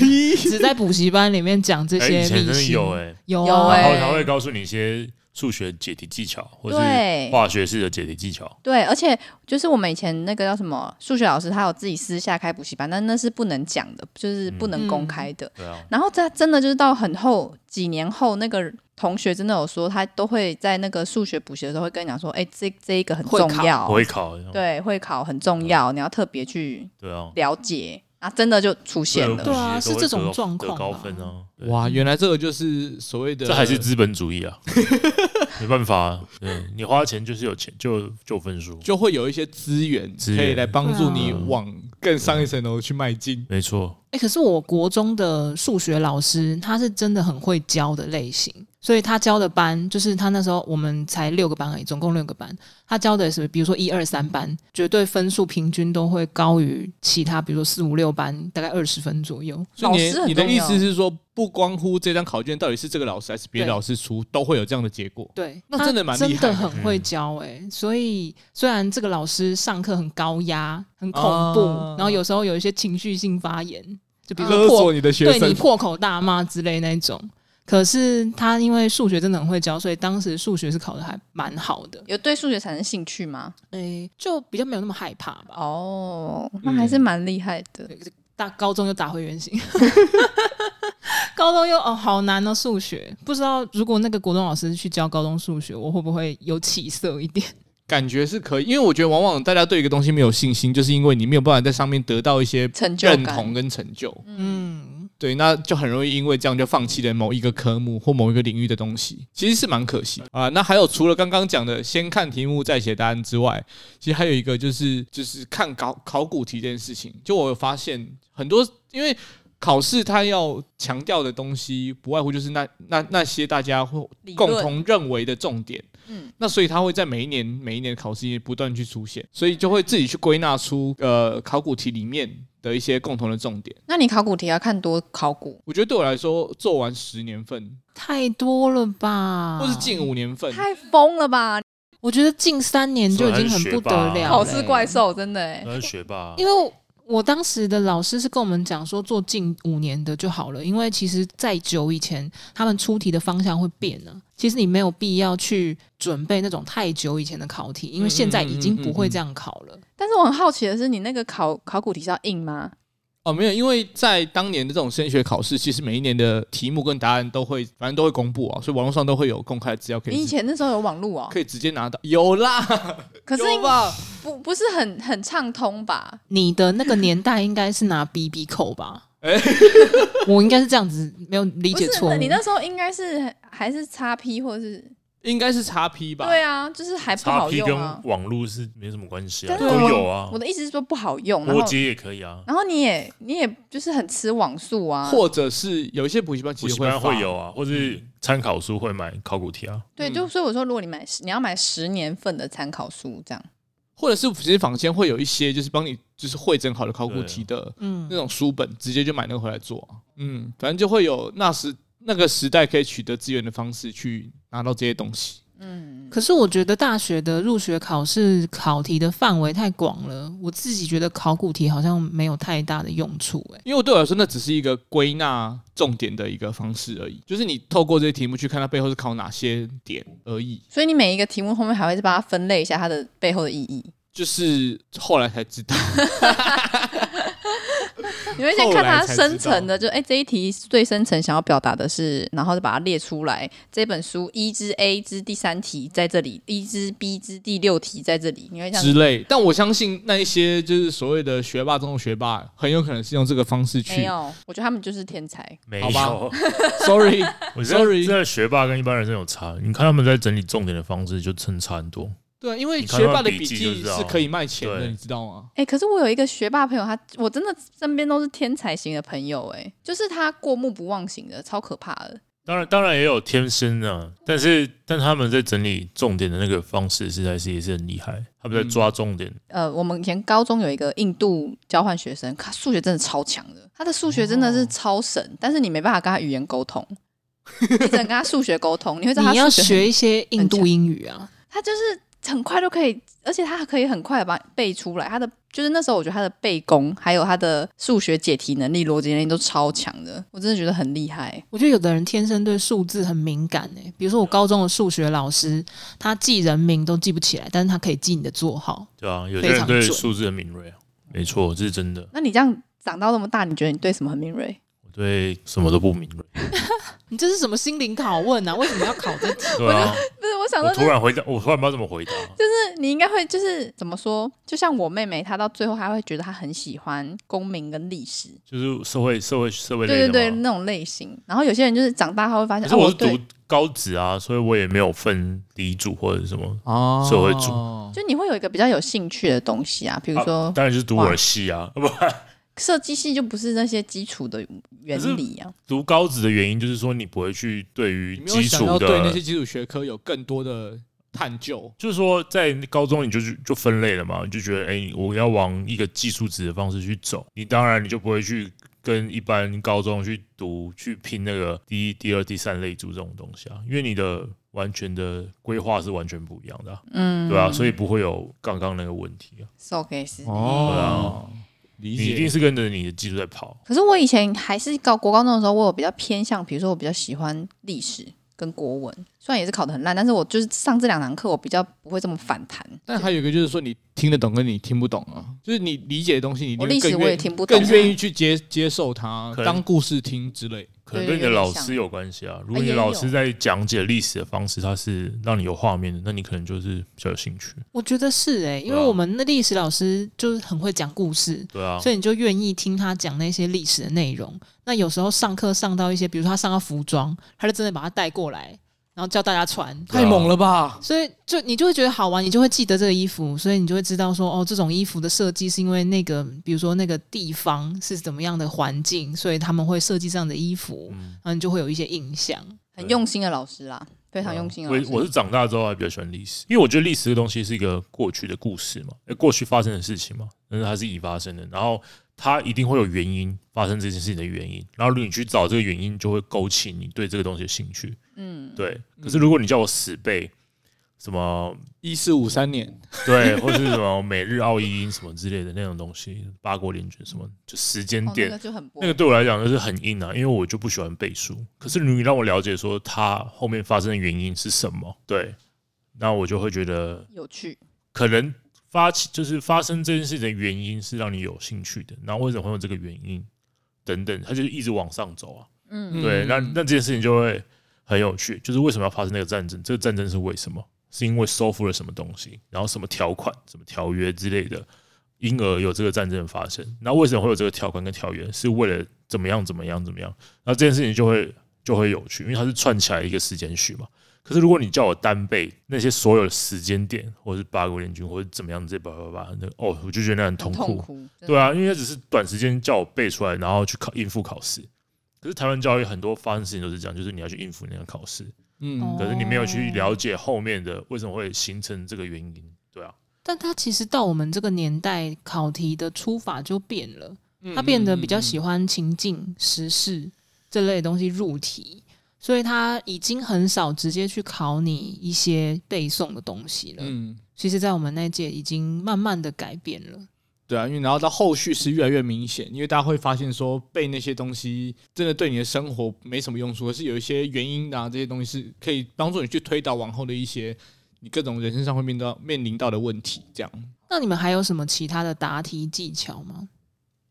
[SPEAKER 2] 只在补习班里面讲这
[SPEAKER 4] 哎，
[SPEAKER 2] 些
[SPEAKER 4] 以前
[SPEAKER 2] 秘
[SPEAKER 4] 真的
[SPEAKER 2] 辛。
[SPEAKER 4] 有哎，
[SPEAKER 2] 有
[SPEAKER 3] 有
[SPEAKER 2] 啊
[SPEAKER 4] 然
[SPEAKER 3] 欸
[SPEAKER 4] 后他会告诉你一些数学解题技巧，或是
[SPEAKER 3] 对
[SPEAKER 4] 化学式的解题技巧。
[SPEAKER 3] 对，而且就是我们以前那个叫什么数学老师，他有自己私下开补习班，但那是不能讲的，就是不
[SPEAKER 1] 嗯
[SPEAKER 3] 能公开的。
[SPEAKER 4] 对啊，
[SPEAKER 3] 然后他真的就是到很后几年后，那个同学真的有说，他都会在那个数学补习的时候会跟你讲说，哎，这这一个很
[SPEAKER 2] 会考
[SPEAKER 3] 重要，
[SPEAKER 4] 会考。
[SPEAKER 3] 对，会考很重要，你要特别去
[SPEAKER 4] 对啊，
[SPEAKER 3] 了解啊，真的就出现
[SPEAKER 4] 对
[SPEAKER 3] 了。
[SPEAKER 2] 对啊
[SPEAKER 4] 补习
[SPEAKER 2] 是
[SPEAKER 4] 都会
[SPEAKER 2] 这种
[SPEAKER 4] 得
[SPEAKER 2] 状
[SPEAKER 4] 得
[SPEAKER 2] 况
[SPEAKER 4] 高
[SPEAKER 2] 吧
[SPEAKER 4] 分啊。对
[SPEAKER 1] 哇，原来这个就是所谓的，
[SPEAKER 4] 这还是资本主义 啊，没办法、啊，对你花钱就是有钱，就就有分数，
[SPEAKER 1] 就会有一些资源
[SPEAKER 4] 资
[SPEAKER 1] 可以
[SPEAKER 4] 源
[SPEAKER 1] 来帮助你
[SPEAKER 2] 对
[SPEAKER 4] 啊
[SPEAKER 1] 往更上一层楼去迈进。
[SPEAKER 4] 没错，
[SPEAKER 2] 哎、可是我国中的数学老师，他是真的很会教的类型，所以他教的班就是他那时候我们才六个班而已，总共六个班，他教的是比如说一二三班，绝对分数平均都会高于其他，比如说四五六班，大概二十分左右。
[SPEAKER 1] 啊所以
[SPEAKER 3] 老师
[SPEAKER 1] 你
[SPEAKER 3] 很
[SPEAKER 1] 你的
[SPEAKER 3] 重
[SPEAKER 1] 意
[SPEAKER 3] 要
[SPEAKER 1] 思是说，不光乎这张考卷到底是这个老师还是别的
[SPEAKER 2] 对
[SPEAKER 1] 老师出，都会有这样的结果。
[SPEAKER 2] 对，
[SPEAKER 1] 那
[SPEAKER 2] 他
[SPEAKER 1] 真的蛮厉
[SPEAKER 2] 真
[SPEAKER 1] 害的嗯
[SPEAKER 2] 的很会教哎、所以虽然这个老师上课很高压、很恐怖，
[SPEAKER 1] 啊
[SPEAKER 2] 然后有时候有一些情绪性发言，就比
[SPEAKER 3] 嗯
[SPEAKER 2] 如
[SPEAKER 1] 勒
[SPEAKER 2] 说破
[SPEAKER 1] 索你的学
[SPEAKER 2] 对你
[SPEAKER 1] 生，
[SPEAKER 2] 破口大骂之类那一种。可是他因为数学真的很会教，所以当时数学是考的还蛮好的，
[SPEAKER 3] 有对数学产生兴趣吗？
[SPEAKER 2] 诶、就比较没有那么害怕吧。
[SPEAKER 3] 哦，
[SPEAKER 1] 嗯
[SPEAKER 3] 那还是蛮厉害的。
[SPEAKER 2] 大高中又打回原形， 高中又哦好难哦数学，不知道如果那个国中老师去教高中数学，我会不会有起色一点？
[SPEAKER 1] 感觉是可以，因为我觉得往往大家对一个东西没有信心，就是因为你没有办法在上面得到一些
[SPEAKER 3] 成就
[SPEAKER 1] 认
[SPEAKER 3] 感
[SPEAKER 1] 同，跟成就。
[SPEAKER 2] 嗯，
[SPEAKER 1] 对，那就很容易因为这样就放弃了某一个科目或某一个领域的东西，其实是蛮可惜的啊。那还有除了刚刚讲的先看题目再写答案之外，其实还有一个就是就是看考考古题这件事情，就我有发现很多，因为考试它要强调的东西不外乎就是那那那些大家会
[SPEAKER 3] 理
[SPEAKER 1] 共
[SPEAKER 3] 论
[SPEAKER 1] 同认为的重点。
[SPEAKER 3] 嗯
[SPEAKER 1] 那所以它会在每一年每一年的考试也不断去出现，所以就会自己去归纳出呃考古题里面的一些共同的重点。
[SPEAKER 3] 那你考古题要看多考古，
[SPEAKER 1] 我觉得对我来说，做完十年份，
[SPEAKER 2] 太多了吧？
[SPEAKER 1] 或是近五年份，
[SPEAKER 3] 太疯了吧！
[SPEAKER 2] 我觉得近三年就已经很不得
[SPEAKER 1] 啊
[SPEAKER 2] 了、
[SPEAKER 3] 考
[SPEAKER 4] 考
[SPEAKER 3] 试
[SPEAKER 4] 试
[SPEAKER 2] 怪。
[SPEAKER 3] 怪兽真的哎，
[SPEAKER 4] 那是学霸、啊
[SPEAKER 2] 因。为我当时的老师是跟我们讲说，做近五年的就好了，因为其实再久以前，他们出题的方向会变呢、其实你没有必要去准备那种太久以前的考题，因为现在已经不会这样考了。
[SPEAKER 3] 但是我很好奇的是，你那个考考古题是要印吗？
[SPEAKER 1] 哦，没有，因为在当年的这种升学考试，其实每一年的题目跟答案都会，反正都会公布啊，所以网络上都会有公开的资料可
[SPEAKER 3] 你
[SPEAKER 1] 以
[SPEAKER 3] 以
[SPEAKER 1] 直
[SPEAKER 3] 前那时候有网络哦，
[SPEAKER 1] 可以直接拿到。有啦，
[SPEAKER 3] 可是
[SPEAKER 1] 有吧？
[SPEAKER 3] 不不是很很畅通吧？
[SPEAKER 2] 你的那个年代应该是拿 B B 扣吧？
[SPEAKER 1] 哎
[SPEAKER 2] 我应该是这样子，没有理
[SPEAKER 3] 不
[SPEAKER 2] 解
[SPEAKER 3] 是
[SPEAKER 2] 错误。
[SPEAKER 3] 你那时候应该是还是叉 P 或是
[SPEAKER 1] 应该是叉 P 吧？
[SPEAKER 3] 对啊，就是还不
[SPEAKER 4] 叉
[SPEAKER 3] 好
[SPEAKER 4] P
[SPEAKER 3] 用
[SPEAKER 4] 跟
[SPEAKER 3] 啊。
[SPEAKER 4] 网络是没什么关系啊，
[SPEAKER 3] 但是
[SPEAKER 4] 都
[SPEAKER 3] 我
[SPEAKER 4] 有啊
[SPEAKER 3] 我，的意思是说不好用，然
[SPEAKER 4] 波
[SPEAKER 3] 后
[SPEAKER 4] 接也可以啊，
[SPEAKER 3] 然后你也你也就是很吃网速啊，
[SPEAKER 1] 或者是有一些补习班其
[SPEAKER 4] 补
[SPEAKER 1] 实
[SPEAKER 4] 习
[SPEAKER 1] 会
[SPEAKER 4] 班
[SPEAKER 1] 发
[SPEAKER 4] 会有啊，或是
[SPEAKER 2] 嗯
[SPEAKER 4] 参考书会买考古题啊，
[SPEAKER 1] 嗯
[SPEAKER 3] 对，就所以我说，如果你买十你要买十年份的参考书这样，
[SPEAKER 1] 或者是其实坊间会有一些就是帮你就是会整好的考古
[SPEAKER 4] 啊
[SPEAKER 1] 题的
[SPEAKER 2] 嗯
[SPEAKER 1] 那，种书本，直接就买那个回来做啊、嗯，反正就会有那时那个时代可以取得资源的方式去拿到这些东西。
[SPEAKER 3] 嗯，
[SPEAKER 2] 可是我觉得大学的入学考试考题的范围太广了，我自己觉得考古题好像没有太大的用处、欸，
[SPEAKER 1] 因为对我来说，那只是一个归纳重点的一个方式而已，就是你透过这些题目去看它背后是考哪些点而已。
[SPEAKER 3] 所以你每一个题目后面还会再把它分类一下它的背后的意义，
[SPEAKER 1] 就是后来才知道，
[SPEAKER 3] 你会先看它
[SPEAKER 1] 后来才知道
[SPEAKER 3] 深层的，就哎、这一题最深层想要表达的是，然后就把它列出来。这本书一至 A 之第三题在这里，一至 B 之第六题在这里，你会这
[SPEAKER 1] 之
[SPEAKER 3] 样
[SPEAKER 1] 类。 但我相信那一些就是所谓的学霸中的学霸，很有可能是用这个方式
[SPEAKER 3] 没
[SPEAKER 1] 去。
[SPEAKER 3] 有，我觉得他们就是天才。
[SPEAKER 4] 没
[SPEAKER 1] 好吧
[SPEAKER 4] 有。
[SPEAKER 1] Sorry，
[SPEAKER 4] 我觉得
[SPEAKER 1] Sorry
[SPEAKER 4] 真的学霸跟一般人真的有差，你看他们在整理重点的方式就真差很多。
[SPEAKER 1] 对，因为
[SPEAKER 4] 你看
[SPEAKER 1] 学
[SPEAKER 4] 他
[SPEAKER 1] 霸的
[SPEAKER 4] 笔
[SPEAKER 1] 笔
[SPEAKER 4] 记
[SPEAKER 1] 记
[SPEAKER 4] 就知道
[SPEAKER 1] 是可以卖钱的，
[SPEAKER 4] 对
[SPEAKER 1] 你知道吗？
[SPEAKER 3] 哎、可是我有一个学霸朋友，他我真的身边都是天才型的朋友、哎，就是他过目不忘型的，超可怕的。
[SPEAKER 4] 当然，当然也有天生啊，但是但他们在整理重点的那个方式，实在是也是很厉害。他们在抓重点，
[SPEAKER 3] 呃，我们以前高中有一个印度交换学生，他数学真的超强的，他的数学真的
[SPEAKER 1] 哦
[SPEAKER 3] 是超神，但是你没办法跟他语言沟 通，你只能跟他数学沟通，你会知道
[SPEAKER 2] 哎，
[SPEAKER 3] 他
[SPEAKER 2] 你要
[SPEAKER 3] 数学
[SPEAKER 2] 学
[SPEAKER 3] 很，
[SPEAKER 2] 一些印度英语啊，
[SPEAKER 3] 他就是很快就可以，而且他可以很快的把背出来，他的就是那时候我觉得他的背功，还有他的数学解题能力、逻辑能力都超强的，我真的觉得很厉害。
[SPEAKER 2] 我觉得有的人天生对数字很敏感诶、比如说我高中的数学老师，他记人名都记不起来，但是他可以记你的座号。
[SPEAKER 4] 对啊，有些
[SPEAKER 2] 非
[SPEAKER 4] 人
[SPEAKER 2] 常
[SPEAKER 4] 对
[SPEAKER 2] 准
[SPEAKER 4] 数字很敏锐啊，没错，这是真的。
[SPEAKER 3] 那你这样长到那么大，你觉得你对什么很敏锐？
[SPEAKER 4] 我对什么都不敏锐，
[SPEAKER 2] 你这是什么心灵拷问啊？为什么要考这题？
[SPEAKER 4] 对啊，
[SPEAKER 3] 不是，我想
[SPEAKER 4] 我
[SPEAKER 3] 说
[SPEAKER 4] 突然回答，我突然不知道怎么回答。
[SPEAKER 3] 你应该会就是怎么说？就像我妹妹，她到最后还会觉得她很喜欢公民跟历史，
[SPEAKER 4] 就是社会社会社会类
[SPEAKER 3] 对对
[SPEAKER 4] 的
[SPEAKER 3] 对，
[SPEAKER 4] 嘛
[SPEAKER 3] 那种类型。然后有些人就是长大他会发
[SPEAKER 4] 可
[SPEAKER 3] 现，
[SPEAKER 4] 是
[SPEAKER 3] 哦
[SPEAKER 4] 我是
[SPEAKER 3] 对
[SPEAKER 4] 读高职啊，所以我也没有分理组或者什么。
[SPEAKER 1] 哦
[SPEAKER 4] 社会主
[SPEAKER 3] 就你会有一个比较有兴趣的东西啊，比如说
[SPEAKER 4] 当然就是读我的系啊，不，
[SPEAKER 3] 设计系就不是那些基础的原理啊。
[SPEAKER 4] 读高职的原因就是说你不会去对于
[SPEAKER 1] 你没有
[SPEAKER 4] 基
[SPEAKER 1] 想
[SPEAKER 4] 础
[SPEAKER 1] 要
[SPEAKER 4] 的
[SPEAKER 1] 对那些基础学科有更多的探究。
[SPEAKER 4] 就是说，在高中你就去就分类了嘛，你就觉得，哎、我要往一个技术值的方式去走，你当然你就不会去跟一般高中去读去拼那个第一、第二、第三类组这种东西啊，因为你的完全的规划是完全不一样的啊、
[SPEAKER 3] 嗯，
[SPEAKER 4] 对啊，所以不会有刚刚那个问题啊，
[SPEAKER 3] so k 是。
[SPEAKER 1] 哦，理
[SPEAKER 4] 你一定
[SPEAKER 1] 解。
[SPEAKER 4] 是跟着你的技术在跑。
[SPEAKER 3] 可是我以前还是高国高中的时候，我有比较偏向，比如说我比较喜欢历史跟国文，虽然也是考得很烂，但是我就是上这两堂课，我比较不会这么反弹。
[SPEAKER 1] 但还有一个就是说，你听得懂跟你听不懂啊，就是你理解的东西，你一
[SPEAKER 3] 我
[SPEAKER 1] 定
[SPEAKER 3] 历史
[SPEAKER 1] 更
[SPEAKER 3] 我也
[SPEAKER 1] 愿
[SPEAKER 3] 听不懂
[SPEAKER 1] 更，愿意去接接受它
[SPEAKER 4] 可，能
[SPEAKER 1] 当故事听之类。
[SPEAKER 4] 可能
[SPEAKER 3] 对
[SPEAKER 4] 跟你的
[SPEAKER 3] 有点
[SPEAKER 4] 老
[SPEAKER 3] 像
[SPEAKER 4] 师有关系啊。如果
[SPEAKER 3] 啊
[SPEAKER 4] 你
[SPEAKER 3] 也
[SPEAKER 4] 老
[SPEAKER 3] 有
[SPEAKER 4] 师在讲解历史的方式，他是让你有画面的，那你可能就是比较有兴趣。
[SPEAKER 2] 我觉得是诶、因为
[SPEAKER 4] 对啊
[SPEAKER 2] 我们的历史老师就是很会讲故事，
[SPEAKER 4] 对啊，
[SPEAKER 2] 所以你就愿意听他讲那些历史的内容。那有时候上课上到一些，比如说他上到服装，他就真的把它带过来，然后叫大家穿。
[SPEAKER 4] 对啊
[SPEAKER 1] 太猛了吧！
[SPEAKER 2] 所以就你就会觉得好玩，你就会记得这个衣服，所以你就会知道说，哦，这种衣服的设计是因为那个，比如说那个地方是怎么样的环境，所以他们会设计这样的衣服，
[SPEAKER 4] 嗯，
[SPEAKER 2] 然后你就会有一些印象。
[SPEAKER 3] 很用心的老师啦，非常用心的啊
[SPEAKER 4] 我
[SPEAKER 3] 老师。
[SPEAKER 4] 我是长大之后还比较喜欢历史，因为我觉得历史的东西是一个过去的故事嘛，呃过去发生的事情嘛，但是它是已发生的，然后它一定会有原因发生这件事情的原因，然后如果你去找这个原因，就会勾起你对这个东西的兴趣。
[SPEAKER 3] 嗯，
[SPEAKER 4] 对，可是如果你叫我死背什么
[SPEAKER 1] 一四五三年，
[SPEAKER 4] 对，或是什么每日奥一英什么之类的那种东西，八国联军什么，就时间
[SPEAKER 3] 哦，那
[SPEAKER 4] 点
[SPEAKER 3] 个就很不
[SPEAKER 4] 那个对我来讲就是很硬啊，因为我就不喜欢背书。可是你让我了解说它后面发生的原因是什么，对，那我就会觉得
[SPEAKER 3] 有趣。
[SPEAKER 4] 可能发起就是发生这件事情的原因是让你有兴趣的，然后为什么会有这个原因等等，它就是一直往上走啊。
[SPEAKER 3] 嗯，
[SPEAKER 4] 对，
[SPEAKER 1] 嗯
[SPEAKER 4] 那那这件事情就会很有趣，就是为什么要发生那个战争？这个战争是为什么？是因为收复了什么东西，然后什么条款、什么条约之类的，因而有这个战争发生。那为什么会有这个条款跟条约？是为了怎么样、怎么样、怎么样？那这件事情就会就会有趣，因为它是串起来一个时间序嘛。可是如果你叫我单背那些所有的时间点，或者是八国联军，或者怎么样这叭叭叭，那哦，我就觉得那很痛
[SPEAKER 3] 很
[SPEAKER 4] 苦。
[SPEAKER 3] 痛苦，真的
[SPEAKER 4] 对啊，因为只是短时间叫我背出来，然后去考应付考试。可是台湾教育很多发生事情都是这样，就是你要去应付那个考试，
[SPEAKER 1] 嗯
[SPEAKER 2] 哦
[SPEAKER 4] 可是你没有去了解后面的为什么会形成这个原因。对啊，
[SPEAKER 2] 但他其实到我们这个年代，考题的出法就变了，
[SPEAKER 1] 嗯
[SPEAKER 4] 嗯
[SPEAKER 2] 他变得比较喜欢情境、时事这类东西入题，所以他已经很少直接去考你一些背诵的东西了。
[SPEAKER 1] 嗯，
[SPEAKER 2] 其实，在我们那一届已经慢慢的改变了。
[SPEAKER 1] 对啊，因为然后到后续是越来越明显，因为大家会发现说背那些东西真的对你的生活没什么用处，可是有一些原因啊，这些东西是可以帮助你去推导往后的一些你各种人生上会面到面临到的问题。这样，
[SPEAKER 2] 那你们还有什么其他的答题技巧吗？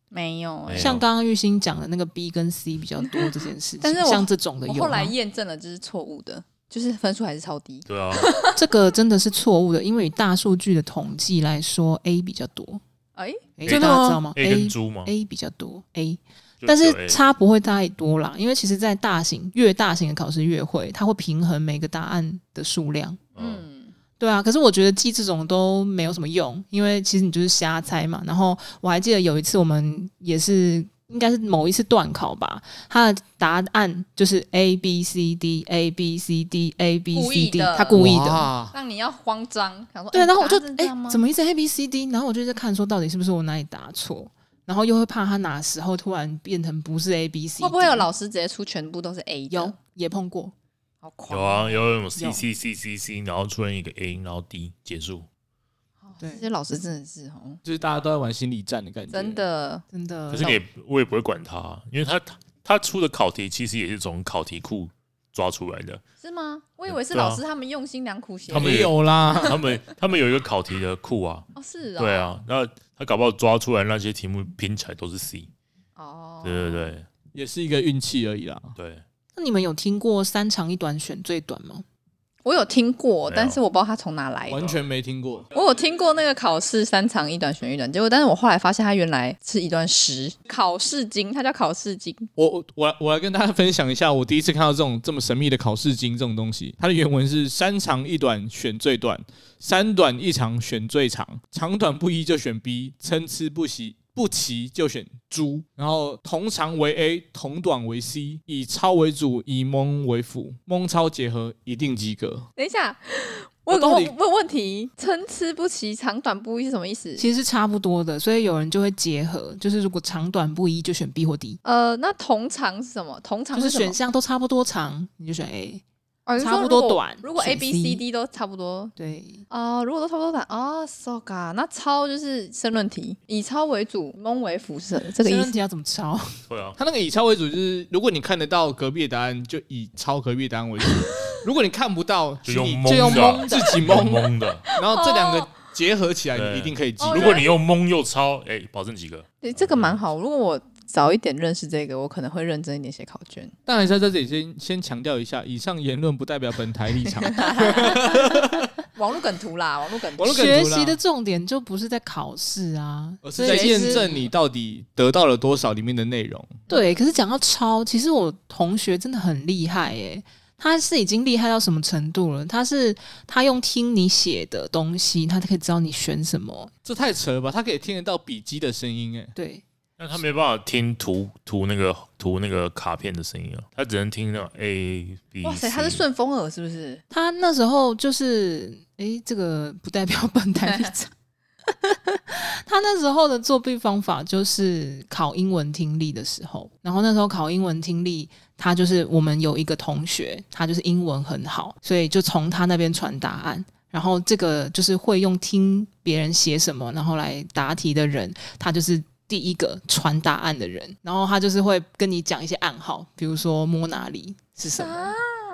[SPEAKER 3] 没有哎、
[SPEAKER 4] 没有
[SPEAKER 2] 像刚刚玉兴讲的那个 B 跟 C 比较多这件事情，
[SPEAKER 3] 但是我
[SPEAKER 2] 像这种的
[SPEAKER 3] 我
[SPEAKER 2] 有
[SPEAKER 3] 后来
[SPEAKER 2] 吗
[SPEAKER 3] 验证了，这是错误的，就是分数还是超低。
[SPEAKER 4] 对啊，
[SPEAKER 2] 这个真的是错误的，因为以大数据的统计来说，A 比较多。
[SPEAKER 3] 哎、
[SPEAKER 2] 诶
[SPEAKER 4] 真
[SPEAKER 2] 大
[SPEAKER 4] 的
[SPEAKER 2] 家知道吗
[SPEAKER 4] A 跟猪嘛，
[SPEAKER 2] A 比较多 A，
[SPEAKER 4] 就
[SPEAKER 2] 但
[SPEAKER 4] 只有
[SPEAKER 2] 是
[SPEAKER 4] A
[SPEAKER 2] 差不会太多啦，因为其实，在大型越大型的考试越会，它会平衡每个答案的数量。
[SPEAKER 4] 嗯，
[SPEAKER 3] 嗯，
[SPEAKER 2] 对啊，可是我觉得记这种都没有什么用，因为其实你就是瞎猜嘛。然后我还记得有一次我们也是。应该是某一次段考吧，它的答案就是 A B C D A B C D A B
[SPEAKER 3] 故
[SPEAKER 2] C
[SPEAKER 3] 意
[SPEAKER 2] D，
[SPEAKER 3] 的
[SPEAKER 2] 他故意的，
[SPEAKER 1] 的，
[SPEAKER 3] 让你要慌张，想说
[SPEAKER 2] 对，然后我就
[SPEAKER 3] 哎
[SPEAKER 2] 哎、，怎么一直 A B C D？然后我就在看说到底是不是我哪里答错，然后又会怕他哪时候突然变成不是 A B C，
[SPEAKER 3] 会不会有老师直接出全部都是 A？的
[SPEAKER 2] 有也碰过？
[SPEAKER 3] 好
[SPEAKER 4] 有
[SPEAKER 3] 狂哦
[SPEAKER 4] 啊，有那种 C
[SPEAKER 2] 有
[SPEAKER 4] C C C C，然后出现一个 A，然后 D 结束。
[SPEAKER 3] 哦
[SPEAKER 2] 对
[SPEAKER 3] 这些老师真的是哦，
[SPEAKER 1] 就是大家都在玩心理战的感觉，
[SPEAKER 3] 真。的
[SPEAKER 2] 真的
[SPEAKER 4] 可是你也我也不会管他，因为他他他出的考题其实也是从考题库抓出 来的。
[SPEAKER 3] 是吗？我以为是
[SPEAKER 4] 对啊
[SPEAKER 3] 老师他们用心良苦写的，
[SPEAKER 4] 他们
[SPEAKER 1] 没有啦，
[SPEAKER 4] 他们他们有一个考题的库啊，
[SPEAKER 3] 哦是啊，
[SPEAKER 4] 对，啊，那他搞不好抓出来那些题目拼起来都是 C，
[SPEAKER 3] 哦，
[SPEAKER 4] 对对对
[SPEAKER 1] 也是一个运气而已啦。
[SPEAKER 4] 对，
[SPEAKER 2] 那你们有听过三长一短选最短吗？
[SPEAKER 3] 我有听过，
[SPEAKER 4] 没有
[SPEAKER 3] 但是我不知道他从哪来的。
[SPEAKER 1] 完全没听过，
[SPEAKER 3] 我有听过那个考试三长一短选一短，结果但是我后来发现它原来是一段时考试经，它叫考试经。
[SPEAKER 1] 我我我来我来跟大家分享一下，我第一次看到这种这么神秘的考试经这种东西。它的原文是“三长一短选最短，三短一长选最长，长短不一就选 B，参差不齐不齐就选猪。然后同长为 A，同短为 C，以超为主，以蒙为辅，蒙超结合一定及格。
[SPEAKER 3] 等一下，我有个
[SPEAKER 1] 到底
[SPEAKER 3] 问问问题，参差不齐、长短不一是什么意思？
[SPEAKER 2] 其实是差不多的，所以有人就会结合，就是如果长短不一就选 B 或 D，
[SPEAKER 3] 呃，那同长是什么？同长
[SPEAKER 2] 就是
[SPEAKER 3] 什么
[SPEAKER 2] 选项都差不多长，你就选 A。
[SPEAKER 3] 哦你说
[SPEAKER 2] 差不多
[SPEAKER 3] 如果
[SPEAKER 2] 短
[SPEAKER 3] 如果 A
[SPEAKER 2] 选
[SPEAKER 3] B
[SPEAKER 2] C
[SPEAKER 3] C D 都差不多
[SPEAKER 2] 对，
[SPEAKER 3] 哦，如果都差不多短哦 so ga，那超就是申论题，以超为主，蒙为辅是这
[SPEAKER 2] 这
[SPEAKER 3] 个意
[SPEAKER 2] 问
[SPEAKER 3] 思。
[SPEAKER 2] 题要怎么抄？
[SPEAKER 4] 对啊，
[SPEAKER 1] 它那个以超为主，就是如果你看得到隔壁的答案，就以超隔壁的答案为主；如果你看不到，
[SPEAKER 4] 就用
[SPEAKER 1] 请你
[SPEAKER 4] 蒙
[SPEAKER 1] 就用
[SPEAKER 4] 的
[SPEAKER 1] 蒙自己
[SPEAKER 4] 蒙
[SPEAKER 1] 蒙，
[SPEAKER 4] 蒙的。
[SPEAKER 1] 然后这两个结合起来，
[SPEAKER 4] 对
[SPEAKER 1] 你一定可以及
[SPEAKER 3] 哦
[SPEAKER 1] 格。
[SPEAKER 4] 如果你又蒙又抄，哎、保证几个。
[SPEAKER 3] 对，这个蛮好。如果我早一点认识这个，我可能会认真一点写考卷。
[SPEAKER 1] 但还是要在这里先先强调一下，以上言论不代表本台立场。
[SPEAKER 3] 网络梗图啦，网络梗图
[SPEAKER 1] 网。络梗
[SPEAKER 2] 学
[SPEAKER 1] 图啦
[SPEAKER 2] 习的重点就不是在考试啊，
[SPEAKER 1] 我是
[SPEAKER 2] 所以
[SPEAKER 1] 在
[SPEAKER 2] 其
[SPEAKER 1] 验
[SPEAKER 2] 实
[SPEAKER 1] 证你到底得到了多少里面的内容。
[SPEAKER 2] 对，可是讲到抄，其实我同学真的很厉害耶、他是已经厉害到什么程度了？他是他用听你写的东西，他就可以知道你选什么。
[SPEAKER 1] 这太扯了吧！他可以听得到笔记的声音，哎，
[SPEAKER 2] 对，
[SPEAKER 4] 那他没办法听图图那个图那个卡片的声音啊，他只能听那种 A B。
[SPEAKER 3] 哇塞，他是顺风耳是不是？
[SPEAKER 2] 他那时候就是，诶，这个不代表本台立场。 他那时候的作弊方法就是考英文听力的时候，然后那时候考英文听力，他就是我们有一个同学，他就是英文很好，所以就从他那边传答案。然后这个就是会用听别人写什么，然后来答题的人，他就是第一个传答案的人。然后他就是会跟你讲一些暗号，比如说摸哪里是什么，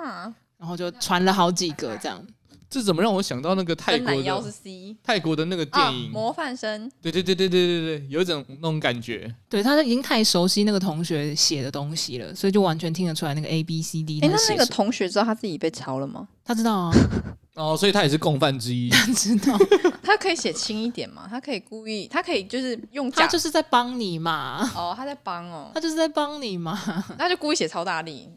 [SPEAKER 3] 啊，
[SPEAKER 2] 然后就传了好几个这样。
[SPEAKER 1] 这怎么让我想到那个泰
[SPEAKER 3] 跟
[SPEAKER 1] 国
[SPEAKER 3] 懒腰是
[SPEAKER 1] 的
[SPEAKER 3] C
[SPEAKER 1] 泰国的那个
[SPEAKER 3] 啊
[SPEAKER 1] 电，影？
[SPEAKER 3] 模范生
[SPEAKER 1] 对对对对对对对，有一种那种感觉。
[SPEAKER 2] 对，他已经太熟悉那个同学写的东西了，所以就完全听得出来那个 A B C D
[SPEAKER 3] 哎、那
[SPEAKER 2] 是写
[SPEAKER 3] 那个
[SPEAKER 2] 什么
[SPEAKER 3] 同学知道他自己被抄了吗？
[SPEAKER 2] 他知道啊，
[SPEAKER 1] 哦，所以他也是共犯之一。
[SPEAKER 2] 他知道，
[SPEAKER 3] 他可以写轻一点嘛？他可以故意，他可以就是用假
[SPEAKER 2] 他就是在帮你嘛，
[SPEAKER 3] 哦，他在帮哦，
[SPEAKER 2] 他就是在帮你嘛。
[SPEAKER 3] 他就故意写超大力。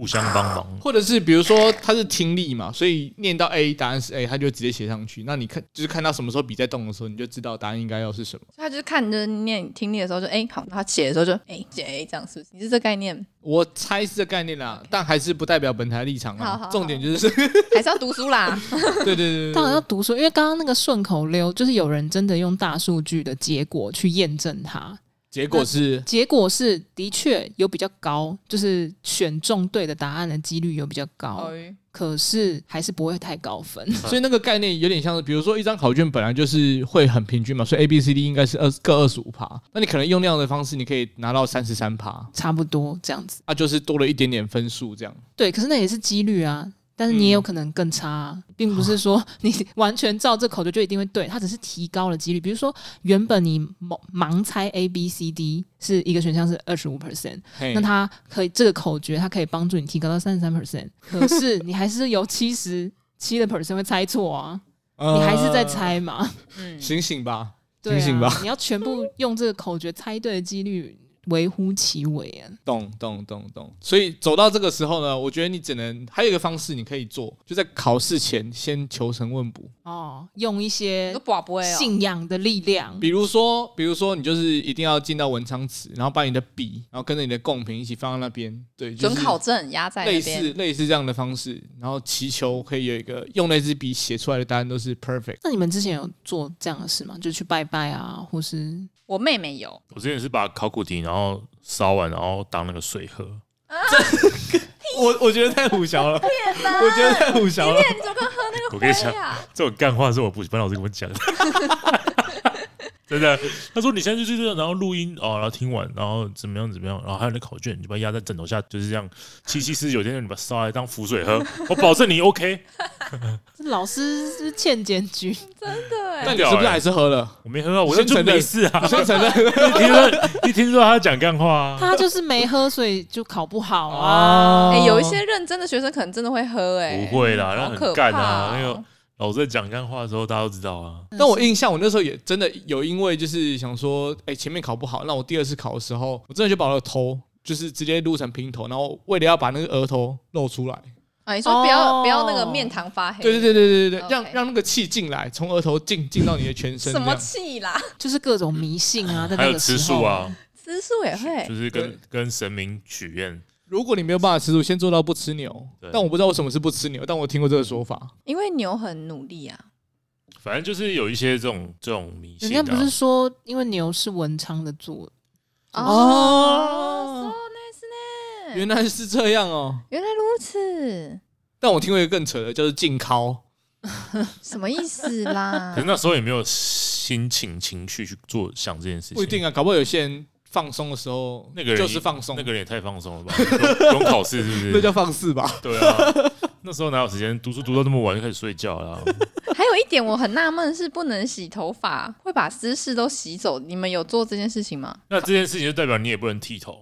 [SPEAKER 4] 互相帮忙。
[SPEAKER 1] 或者是比如说他是听力嘛，所以念到 A 答案是 A，他就直接写上去。那你看，就是看到什么时候笔在动的时候，你就知道答案应该要是什么。
[SPEAKER 3] 所以他就是看着念听力的时候就哎、好，然后他写的时候就哎写 A 这样是不是？你是这概念，
[SPEAKER 1] 我猜是这概念啦，但还是不代表本台立场
[SPEAKER 3] 好好
[SPEAKER 1] 啊
[SPEAKER 3] 好。
[SPEAKER 1] 重点就是，
[SPEAKER 3] 还是要读书 啦？
[SPEAKER 1] 对对对 对
[SPEAKER 2] 当然
[SPEAKER 1] 对
[SPEAKER 2] 要读书，因为刚刚那个顺口溜，就是有人真的用大数据的结果去验证它，
[SPEAKER 1] 结果是
[SPEAKER 2] 结果是的确有比较高，就是选中对的答案的几率有比较高，
[SPEAKER 3] 哎
[SPEAKER 2] 可是还是不会太高分。
[SPEAKER 1] 所以那个概念有点像是，比如说一张考卷本来就是会很平均嘛，所以 A、B、C、D 应该是二各二十五趴，那你可能用那样的方式，你可以拿到三十三趴，
[SPEAKER 2] 差不多这样子，
[SPEAKER 1] 啊，就是多了一点点分数这样。
[SPEAKER 2] 对，可是那也是几率啊，但是你也有可能更差、啊，并不是说你 完全照这口诀就一定会对，它只是提高了几率。比如说，原本你盲盲猜 A B C D 是一个选项是二十五 percent，
[SPEAKER 1] 嘿
[SPEAKER 2] 那它可以这个口诀，它可以帮助你提高到三十三 percent，可是你还是有七十七的 percent 会猜错啊，你还是在
[SPEAKER 1] 呃，
[SPEAKER 2] 猜嘛？
[SPEAKER 3] 嗯，
[SPEAKER 1] 醒醒吧。
[SPEAKER 2] 对
[SPEAKER 1] 清醒吧
[SPEAKER 2] 啊，你要全部用这个口诀猜对的几率微乎其微啊。
[SPEAKER 1] 懂懂懂懂，所以走到这个时候呢，我觉得你只能还有一个方式你可以做，就在考试前先求神问卜。
[SPEAKER 2] 哦，用一些
[SPEAKER 3] 你说宝不会哦，
[SPEAKER 2] 信仰的力量，
[SPEAKER 1] 比如说，比如说你就是一定要进到文昌祠，然后把你的笔，然后跟着你的贡品一起放到那边，对，就
[SPEAKER 3] 准
[SPEAKER 1] 是
[SPEAKER 3] 考证压在
[SPEAKER 1] 类
[SPEAKER 3] 那边
[SPEAKER 1] 似，类似这样的方式，然后祈求可以有一个用那支笔写出来的答案都是 perfect。
[SPEAKER 2] 那你们之前有做这样的事吗？就去拜拜啊，或是
[SPEAKER 3] 我妹妹有，
[SPEAKER 4] 我之前是把考古题然后烧完，然后当那个水喝。
[SPEAKER 1] 我我觉得太胡淆了，我觉得太胡淆了。
[SPEAKER 4] 我跟你讲
[SPEAKER 3] 哎，呀，
[SPEAKER 4] 这种干话是我补习班老师跟 我讲的，真的。他说你现在就去这，然后录音哦，然后听完，然后怎么样怎么样，然后还有那考卷，你就把它压在枕头下，就是这样。七七四十九天，你把它烧来当浮水 喝，我保证你 OK。
[SPEAKER 2] 这老师是欠检举，
[SPEAKER 3] 对，
[SPEAKER 1] 但你是不是还是喝 了？
[SPEAKER 4] 我没喝啊，我就没事啊。
[SPEAKER 1] 先承认。
[SPEAKER 4] 一听说一听说他讲干话啊，
[SPEAKER 2] 他就是没喝，所以就考不好
[SPEAKER 1] 哦
[SPEAKER 2] 啊。
[SPEAKER 3] 哎、有一些认真的学生可能真的会喝、哎，
[SPEAKER 4] 不会啦，那
[SPEAKER 3] 好
[SPEAKER 4] 很
[SPEAKER 3] 可
[SPEAKER 4] 干
[SPEAKER 3] 怕
[SPEAKER 4] 啊。那
[SPEAKER 3] 哦
[SPEAKER 4] 个老师在讲干话的时候，大家都知道啊。
[SPEAKER 1] 但我印象，我那时候也真的有因为就是想说，哎、前面考不好，那我第二次考的时候，我真的就把我的头就是直接撸成平头，然后为了要把那个额头露出来，
[SPEAKER 3] 啊，你说不要、
[SPEAKER 2] 哦
[SPEAKER 3] 不要那个面堂发黑，
[SPEAKER 1] 对对对对对对，
[SPEAKER 3] OK
[SPEAKER 1] 让让那个气进来，从额头进进到你的全身，
[SPEAKER 3] 什么
[SPEAKER 1] 这样
[SPEAKER 3] 气啦？
[SPEAKER 2] 就是各种迷信啊，在
[SPEAKER 4] 还
[SPEAKER 2] 那
[SPEAKER 4] 有
[SPEAKER 2] 个时
[SPEAKER 4] 吃素
[SPEAKER 2] 候，哎
[SPEAKER 4] 啊，
[SPEAKER 3] 吃素也会
[SPEAKER 4] 就，是
[SPEAKER 1] 对
[SPEAKER 4] 跟跟神明许愿。
[SPEAKER 1] 如果你没有办法吃素，先做到不吃牛
[SPEAKER 4] 对。
[SPEAKER 1] 但我不知道为什么是不吃牛，但我听过这个说法。
[SPEAKER 3] 因为牛很努力啊。
[SPEAKER 4] 反正就是有一些这种这种迷
[SPEAKER 2] 人
[SPEAKER 4] 信、
[SPEAKER 2] 家
[SPEAKER 4] 啊。
[SPEAKER 2] 不是说因为牛是文昌的座，
[SPEAKER 1] 哦
[SPEAKER 3] ，so nice 呢，
[SPEAKER 1] 原来是这样哦。
[SPEAKER 3] 原来如此，
[SPEAKER 1] 但我听过一个更扯的，就是禁烤。
[SPEAKER 3] 什么意思 啦
[SPEAKER 4] 可是？那时候也没有心情情绪去做想这件事情，
[SPEAKER 1] 不一定啊，搞不好有些人放松的时候，
[SPEAKER 4] 那个人
[SPEAKER 1] 就是放松，
[SPEAKER 4] 那个人也太放松了吧？ 不用考试是不
[SPEAKER 1] 那
[SPEAKER 4] 是？
[SPEAKER 1] 叫放肆吧？
[SPEAKER 4] 对啊，那时候哪有时间读书读到那么晚就开始睡觉 了、
[SPEAKER 3] 还有一点我很纳闷是不能洗头发，会把湿事都洗走。你们有做这件事情吗？
[SPEAKER 4] 那这件事情就代表你也不能剃头，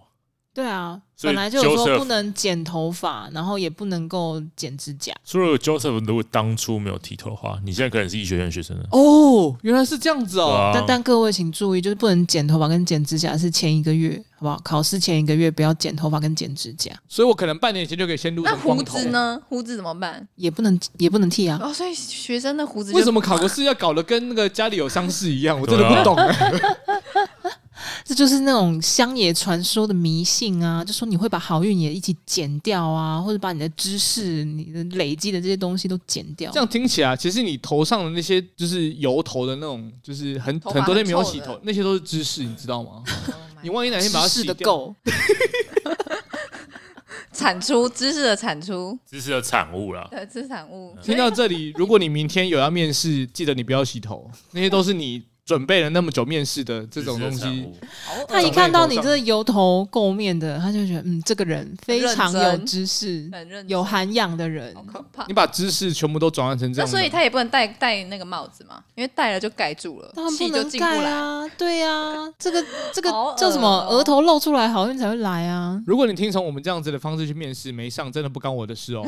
[SPEAKER 2] 对啊，
[SPEAKER 4] 所以
[SPEAKER 2] 本来就有说
[SPEAKER 4] Joseph-
[SPEAKER 2] 不能剪头发，然后也不能够剪指甲。
[SPEAKER 4] 所以 Joseph 如果当初没有剃头的话，你现在可能是医学院学生了。
[SPEAKER 1] 哦，原来是这样子
[SPEAKER 4] 对
[SPEAKER 1] 哦。
[SPEAKER 4] 啊
[SPEAKER 2] 但但各位请注意，就是不能剪头发跟剪指甲是前一个月，好不好？考试前一个月不要剪头发跟剪指甲，
[SPEAKER 1] 所以我可能半年前就可以先撸
[SPEAKER 3] 那
[SPEAKER 1] 成光
[SPEAKER 3] 胡
[SPEAKER 1] 头。
[SPEAKER 3] 子？呢？胡子怎么办？
[SPEAKER 2] 也不能也不能剃啊。
[SPEAKER 3] 哦，所以学生的胡子就
[SPEAKER 1] 为什么考个试要搞得跟那个家里有丧事一
[SPEAKER 4] 啊
[SPEAKER 1] 样？我真的不懂、 哎。
[SPEAKER 2] 这就是那种乡野传说的迷信啊，就说你会把好运也一起减掉啊，或者把你的知识、你的累积的这些东西都减掉。
[SPEAKER 1] 这样听起来，其实你头上的那些就是油头的那种，就是很
[SPEAKER 3] 头发
[SPEAKER 1] 很多天没有
[SPEAKER 3] 很臭
[SPEAKER 1] 洗
[SPEAKER 3] 的
[SPEAKER 1] 头，那些都是知识，你知道 吗？
[SPEAKER 3] Oh my
[SPEAKER 1] 你万一哪天把它
[SPEAKER 2] 知
[SPEAKER 1] 洗
[SPEAKER 2] 识的
[SPEAKER 1] 掉，
[SPEAKER 2] 够，
[SPEAKER 3] 产出知识的产出
[SPEAKER 4] 知识的产物啦，
[SPEAKER 3] 的资产物，
[SPEAKER 1] 听到这里，如果你明天有要面试，记得你不要洗 头，那些都是你准备了那么久面试的这种东
[SPEAKER 4] 知识的产
[SPEAKER 1] 西。
[SPEAKER 4] 物，
[SPEAKER 2] 他一看到你这个油头垢面的，他就觉得嗯，这个人非常有知识、
[SPEAKER 3] 很认真
[SPEAKER 2] 有涵养的人
[SPEAKER 3] 好。可怕
[SPEAKER 4] 啊
[SPEAKER 1] 你。把知识全部都转换成这
[SPEAKER 3] 那
[SPEAKER 1] 样的，
[SPEAKER 3] 所以他也不能戴戴那个帽子嘛，因为戴了就盖住了
[SPEAKER 2] 当，然不
[SPEAKER 3] 气就
[SPEAKER 2] 能
[SPEAKER 3] 进不
[SPEAKER 2] 盖
[SPEAKER 3] 来。
[SPEAKER 2] 啊，对啊，这个这个
[SPEAKER 3] 好恶哦
[SPEAKER 2] 叫什么？额头露出来，好运才会来啊！
[SPEAKER 1] 如果你听从我们这样子的方式去面试，没上真的不干我的事哦。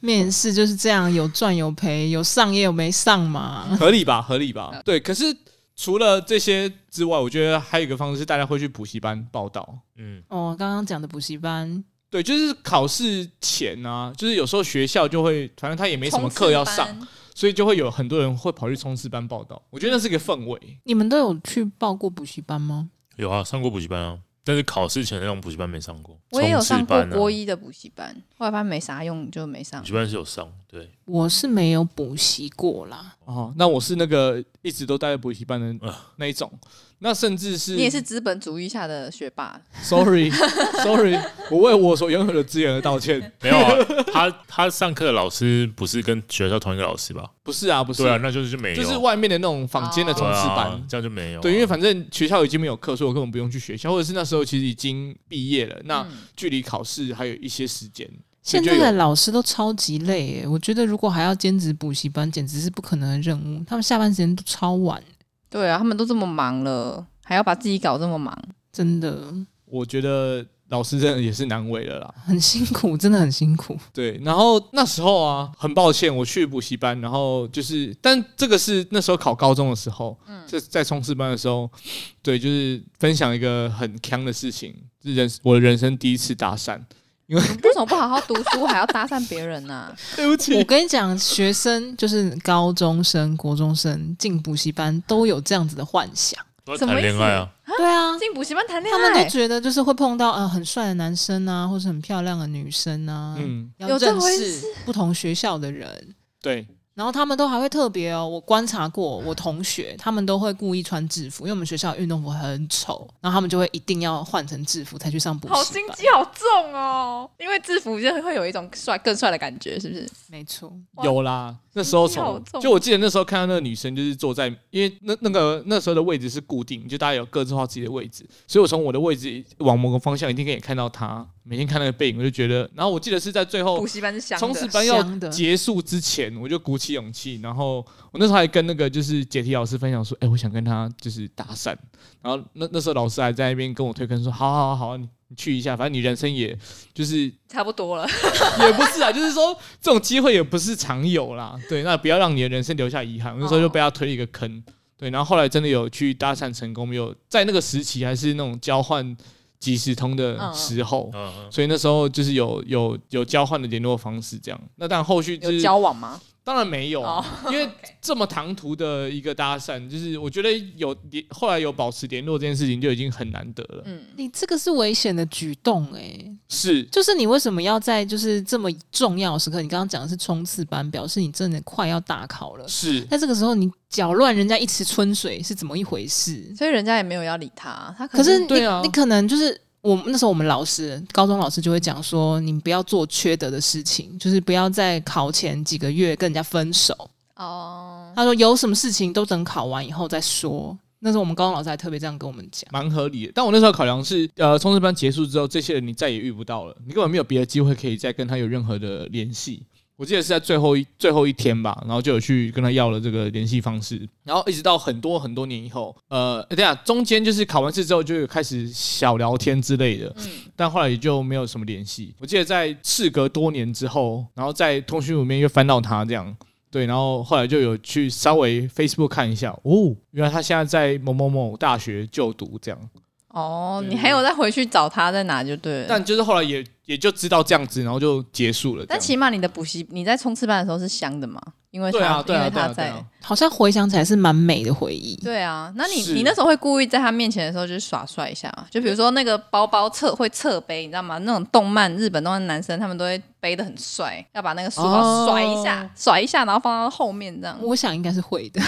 [SPEAKER 2] 面试就是这样，有赚有赔，有上也有没上嘛。
[SPEAKER 3] 嗯
[SPEAKER 1] 合理吧，合理吧。对，可是除了这些之外，我觉得还有一个方式是大家会去补习班报道。
[SPEAKER 4] 嗯，
[SPEAKER 2] 哦，刚刚讲的补习班，
[SPEAKER 1] 对，就是考试前啊，就是有时候学校就会，反正他也没什么
[SPEAKER 3] 冲刺
[SPEAKER 1] 课要上，
[SPEAKER 3] 班，
[SPEAKER 1] 所以就会有很多人会跑去冲刺班报道。我觉得那是一个氛围。
[SPEAKER 2] 你们都有去报过补习班吗？
[SPEAKER 4] 有啊，上过补习班啊，但是考试前那种补习班没上过。
[SPEAKER 3] 我也有
[SPEAKER 4] 冲
[SPEAKER 3] 上
[SPEAKER 4] 刺
[SPEAKER 3] 过
[SPEAKER 4] 班啊
[SPEAKER 3] 国一的补习班，后来发现没啥用，就没上
[SPEAKER 4] 补习。班是有上，对，
[SPEAKER 2] 我是没有补习过啦。
[SPEAKER 4] 嗯
[SPEAKER 1] 哦，那我是那个一直都待在补习班的那一种，那甚至是
[SPEAKER 3] 你也是资本主义下的学霸，
[SPEAKER 1] sorry sorry，我为我所拥有的资源而道 歉。
[SPEAKER 4] 没有啊，他他上课的老师不是跟学校同一个老师吧？
[SPEAKER 1] 不是啊，不是，
[SPEAKER 4] 对啊，那就是就没有，
[SPEAKER 1] 就是外面的那种坊间的
[SPEAKER 3] 哦
[SPEAKER 1] 冲刺班。
[SPEAKER 4] 对啊这样就没有啊。
[SPEAKER 1] 对，因为反正学校已经没有课，所以我根本不用去学校，或者是那时候其实已经毕业了，那
[SPEAKER 3] 嗯
[SPEAKER 1] 距离考试还有一些时间。所
[SPEAKER 2] 现
[SPEAKER 1] 以就
[SPEAKER 2] 在
[SPEAKER 1] 有
[SPEAKER 2] 的老师都超级累耶，我觉得如果还要兼职补习班，简直是不可能的任务。他们下班时间都超晚，
[SPEAKER 3] 对啊，他们都这么忙了，还要把自己搞这么忙，
[SPEAKER 2] 真的
[SPEAKER 1] 我觉得老师真的也是难为了啦。
[SPEAKER 2] 很辛苦，真的很辛苦。
[SPEAKER 1] 对，然后那时候啊，很抱歉，我去补习班，然后就是，但这个是那时候考高中的时候，这在冲刺班的时候，对，就是分享一个很强的事情，是人我的人生第一次搭讪，
[SPEAKER 3] 为什么不好好读书，还要搭讪别人啊呢、
[SPEAKER 1] 对不
[SPEAKER 2] 我
[SPEAKER 1] 起，
[SPEAKER 2] 跟你讲，学生就是高中生、国中生进补习班都有这样子的幻想。
[SPEAKER 4] 都
[SPEAKER 3] 什
[SPEAKER 4] 在
[SPEAKER 3] 么
[SPEAKER 4] 谈
[SPEAKER 3] 意思
[SPEAKER 4] 恋爱啊，
[SPEAKER 2] 对啊，
[SPEAKER 3] 进补习班谈恋
[SPEAKER 2] 他们
[SPEAKER 3] 爱
[SPEAKER 2] 都，觉得就是会碰到呃很帅的男生啊，或是很漂亮的女生啊，
[SPEAKER 1] 嗯，
[SPEAKER 2] 要
[SPEAKER 3] 有这
[SPEAKER 2] 认
[SPEAKER 3] 回
[SPEAKER 2] 识不同学校的人。
[SPEAKER 1] 对，
[SPEAKER 2] 然后他们都还会特别哦，我观察过我同学，他们都会故意穿制服，因为我们学校运动服很丑，然后他们就会一定要换成制服才去上补
[SPEAKER 3] 好
[SPEAKER 2] 习
[SPEAKER 3] 心
[SPEAKER 2] 班。
[SPEAKER 3] 机好重哦，因为制服就会有一种帅更帅的感觉，是不是？
[SPEAKER 2] 没错，
[SPEAKER 3] 哇
[SPEAKER 1] 有啦，那时候
[SPEAKER 3] 心机好
[SPEAKER 1] 从
[SPEAKER 3] 重
[SPEAKER 1] 就我记得那时候看到那个女生就是坐在，因为那那个那时候的位置是固定，就大家有各自画自己的位置，所以我从我的位置往某个方向一定可以看到她，每天看那个背影，我就觉得，然后我记得是在最后
[SPEAKER 3] 哦补习班是香
[SPEAKER 1] 冲刺
[SPEAKER 3] 的，
[SPEAKER 1] 班要
[SPEAKER 2] 香的
[SPEAKER 1] 结束之前，我就鼓起勇气，然后我那时候还跟那个就是解题老师分享说，哎、我想跟他就是搭讪，然后那那时候老师还在那边跟我推坑说，好好好好，你你去一下，反正你人生也就是
[SPEAKER 3] 差不多了。
[SPEAKER 1] 也不是啊，就是说这种机会也不是常有啦。对，那不要让你的人生留下遗
[SPEAKER 3] 哦
[SPEAKER 1] 憾。我那时候就被他推了一个坑，对，然后后来真的有去搭讪成功，没有在那个时期还是那种交换即时通的时候，
[SPEAKER 4] 嗯嗯，
[SPEAKER 1] 所以那时候就是有有有交换的联络方式这样。那但后续就
[SPEAKER 3] 有
[SPEAKER 1] 是
[SPEAKER 3] 交往吗？
[SPEAKER 1] 当然没有啊，
[SPEAKER 3] 哦
[SPEAKER 1] 因为这么唐突的一个搭讪，就是我觉得有联后来有保持联络这件事情就已经很难得了。
[SPEAKER 3] 嗯，
[SPEAKER 2] 你这个是危险的举动哎、
[SPEAKER 1] 是，
[SPEAKER 2] 就是你为什么要在就是这么重要的时刻？你刚刚讲的是冲刺班，表示你真的快要大考了。
[SPEAKER 1] 是，
[SPEAKER 2] 在这个时候，你搅乱人家一池春水是怎么一回事？
[SPEAKER 3] 所以人家也没有要理他，他
[SPEAKER 2] 可是你
[SPEAKER 3] 能
[SPEAKER 1] 对啊
[SPEAKER 2] 你可能就是我们那时候我们老师，高中老师就会讲说，你不要做缺德的事情，就是不要在考前几个月跟人家分手。
[SPEAKER 3] 哦，
[SPEAKER 2] 他说有什么事情都等考完以后再说。那时候我们高中老师还特别这样跟我们讲。
[SPEAKER 1] 蛮合理的。但我那时候考量是，呃，冲刺班结束之后，这些人你再也遇不到了，你根本没有别的机会可以再跟他有任何的联系。我记得是在最后一最后一天吧，然后就有去跟他要了这个联系方式，然后一直到很多很多年以后，呃，等一下中间就是考完试之后就有开始小聊天之类的，
[SPEAKER 3] 嗯，
[SPEAKER 1] 但后来也就没有什么联系。我记得在事隔多年之后，然后在通讯录里面又翻到他这样，对，然后后来就有去稍微 Facebook 看一下，哦，原来他现在在某某某大学就读这样。
[SPEAKER 3] 哦，
[SPEAKER 1] 对
[SPEAKER 3] 你还有再回去找他在哪就对了。
[SPEAKER 1] 但就是后来也也就知道这样子，然后就结束了这样。
[SPEAKER 3] 但起码你的补习，你在冲刺班的时候是香的嘛？因为他，
[SPEAKER 1] 对啊，对
[SPEAKER 3] 因
[SPEAKER 1] 啊，
[SPEAKER 3] 为
[SPEAKER 1] 对
[SPEAKER 3] 他
[SPEAKER 1] 啊，对
[SPEAKER 3] 在，
[SPEAKER 1] 啊，
[SPEAKER 2] 好像回想起来是蛮美的回忆。
[SPEAKER 3] 对啊，那你
[SPEAKER 1] 是
[SPEAKER 3] 你那时候会故意在他面前的时候就是耍帅一下嘛？就比如说那个包包侧会侧背，你知道吗？那种动漫日本动漫男生他们都会背的很帅，要把那个书包
[SPEAKER 1] 哦
[SPEAKER 3] 甩一下，甩一下，然后放到后面这样。
[SPEAKER 2] 我想应该是会的，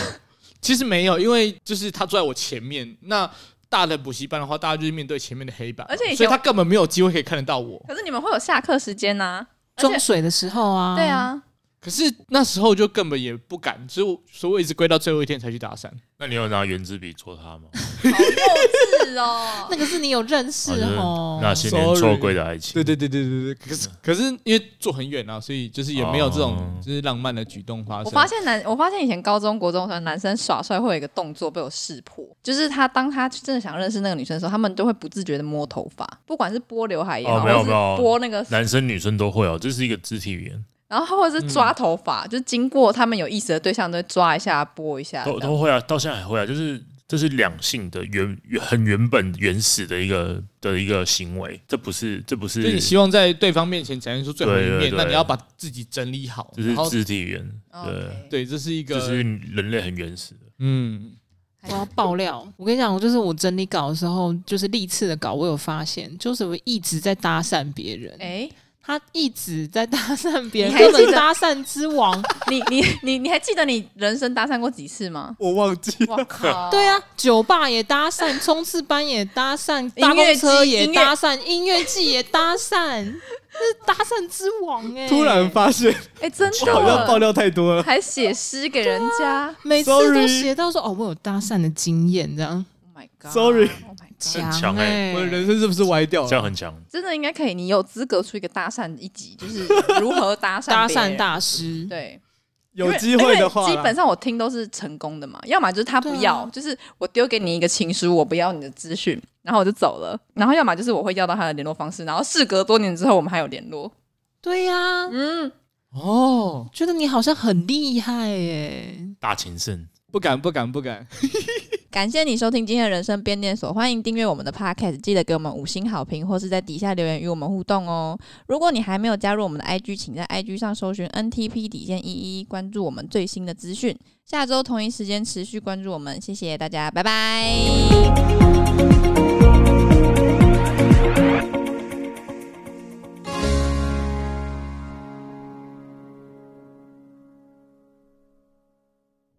[SPEAKER 1] 其实没有，因为就是他坐在我前面，那大的补习班的话，大家就是面对前面的黑板，
[SPEAKER 3] 而且以前
[SPEAKER 1] 所以他根本没有机会可以看得到我。
[SPEAKER 3] 可是你们会有下课时间呐、而且
[SPEAKER 2] 中水的时候啊。
[SPEAKER 3] 对，啊，
[SPEAKER 4] 嗯
[SPEAKER 1] 可是那时候就根本也不敢，所以我所以我一直归到最后一天才去打伞。
[SPEAKER 4] 那你有拿圆珠笔戳他吗？
[SPEAKER 3] 好幼稚 哦。
[SPEAKER 2] 那个是你有认识
[SPEAKER 4] 啊就是
[SPEAKER 2] 哦。
[SPEAKER 4] 那些年
[SPEAKER 1] Sorry
[SPEAKER 4] 错过的爱情，
[SPEAKER 1] 对对对对对对，可是可是因为坐很远啊，所以就是也没有这种
[SPEAKER 4] 哦
[SPEAKER 1] 就是浪漫的举动发生。
[SPEAKER 3] 我发现男，我发现以前高中国中的时候，男生耍帅会有一个动作被我识破，就是他当他真的想认识那个女生的时候，他们都会不自觉的摸头发，不管是拨刘海也好，
[SPEAKER 4] 哦没有
[SPEAKER 3] 或是
[SPEAKER 4] 没有
[SPEAKER 3] 拨那个
[SPEAKER 4] 男生女生都会哦，这是一个肢体语言，
[SPEAKER 3] 然后或者是
[SPEAKER 1] 嗯
[SPEAKER 3] 抓头发，就经过他们有意思的对象，都会抓一下、拨一下这
[SPEAKER 4] 都
[SPEAKER 3] 样。
[SPEAKER 4] 都会啊，到现在还会啊，就是这是两性的原原很原本原始的一个的一个行为，这不是这不是
[SPEAKER 1] 就你希望在对方面前展现出最好的一
[SPEAKER 4] 对对
[SPEAKER 1] 面，
[SPEAKER 4] 对
[SPEAKER 1] 那你要把自己整理好，
[SPEAKER 4] 这
[SPEAKER 1] 然
[SPEAKER 4] 是
[SPEAKER 1] 后
[SPEAKER 4] 肢体语言，对，
[SPEAKER 3] OK
[SPEAKER 1] 对，这是一
[SPEAKER 4] 这
[SPEAKER 1] 个
[SPEAKER 4] 是人类很原始的。
[SPEAKER 1] 嗯，
[SPEAKER 2] 我要爆料，我跟你讲，我就是我整理稿的时候，就是历次的稿，我有发现，就是我一直在搭讪别人，
[SPEAKER 3] 哎，
[SPEAKER 2] 他一直在搭讪别人，
[SPEAKER 3] 你还
[SPEAKER 2] 根
[SPEAKER 3] 记
[SPEAKER 2] 本
[SPEAKER 3] 得哦
[SPEAKER 2] 搭讪之王。
[SPEAKER 3] 你你你你还记得你人生搭讪过几次吗？
[SPEAKER 1] 我忘记
[SPEAKER 3] 我靠，
[SPEAKER 2] 对啊，酒吧也搭讪，冲刺班也搭讪，
[SPEAKER 3] 音
[SPEAKER 2] 搭
[SPEAKER 3] 乐
[SPEAKER 2] 公
[SPEAKER 3] 季
[SPEAKER 2] 车也
[SPEAKER 3] 音乐
[SPEAKER 2] 搭讪，音乐季也搭讪， 这是搭讪之王
[SPEAKER 3] 欸
[SPEAKER 2] 哎、
[SPEAKER 1] 突然发现
[SPEAKER 3] 哎，真
[SPEAKER 1] 我好像爆
[SPEAKER 3] 的，
[SPEAKER 1] 料太多了，
[SPEAKER 3] 还写诗给人 家。
[SPEAKER 2] 每次
[SPEAKER 1] Sorry
[SPEAKER 2] 都写到说哦，我有搭讪的经验，这样
[SPEAKER 3] Oh my god!
[SPEAKER 1] Sorry
[SPEAKER 3] Oh my
[SPEAKER 4] 很
[SPEAKER 3] god!
[SPEAKER 4] 强
[SPEAKER 2] 哎、
[SPEAKER 4] 欸
[SPEAKER 1] 我的人生是不是歪掉
[SPEAKER 4] 这样
[SPEAKER 1] 了？
[SPEAKER 4] 很强，
[SPEAKER 3] 真的应该可以，你有资格出一个搭讪一集，就是如何搭讪
[SPEAKER 2] 搭
[SPEAKER 3] 别人
[SPEAKER 2] 讪大师，
[SPEAKER 3] 对。
[SPEAKER 1] 有机会的话
[SPEAKER 3] 因为基本
[SPEAKER 1] 啦，
[SPEAKER 3] 上我听都是成功的嘛，要么就是他不要，
[SPEAKER 2] 对啊
[SPEAKER 3] 就是我丢给你一个情书，我不要你的资讯，然后我就走了，然后要么就是我会要到他的联络方式，然后事隔多年之后我们还有联络，
[SPEAKER 2] 对呀、
[SPEAKER 3] 嗯，
[SPEAKER 1] 哦，
[SPEAKER 2] 觉得你好像很厉害哎、
[SPEAKER 4] 大情圣。
[SPEAKER 1] 不敢不敢不敢，
[SPEAKER 3] 感谢你收听今天的人生变电所，欢迎订阅我们的 Podcast，记得给我们五星好评，或是在底下留言与我们互动哦。如果你还没有加入我们的 IG，请在 IG 上搜寻 NTP 底线一一，关注我们最新的资讯。下周同一时间持续关注我们，谢谢大家，拜拜。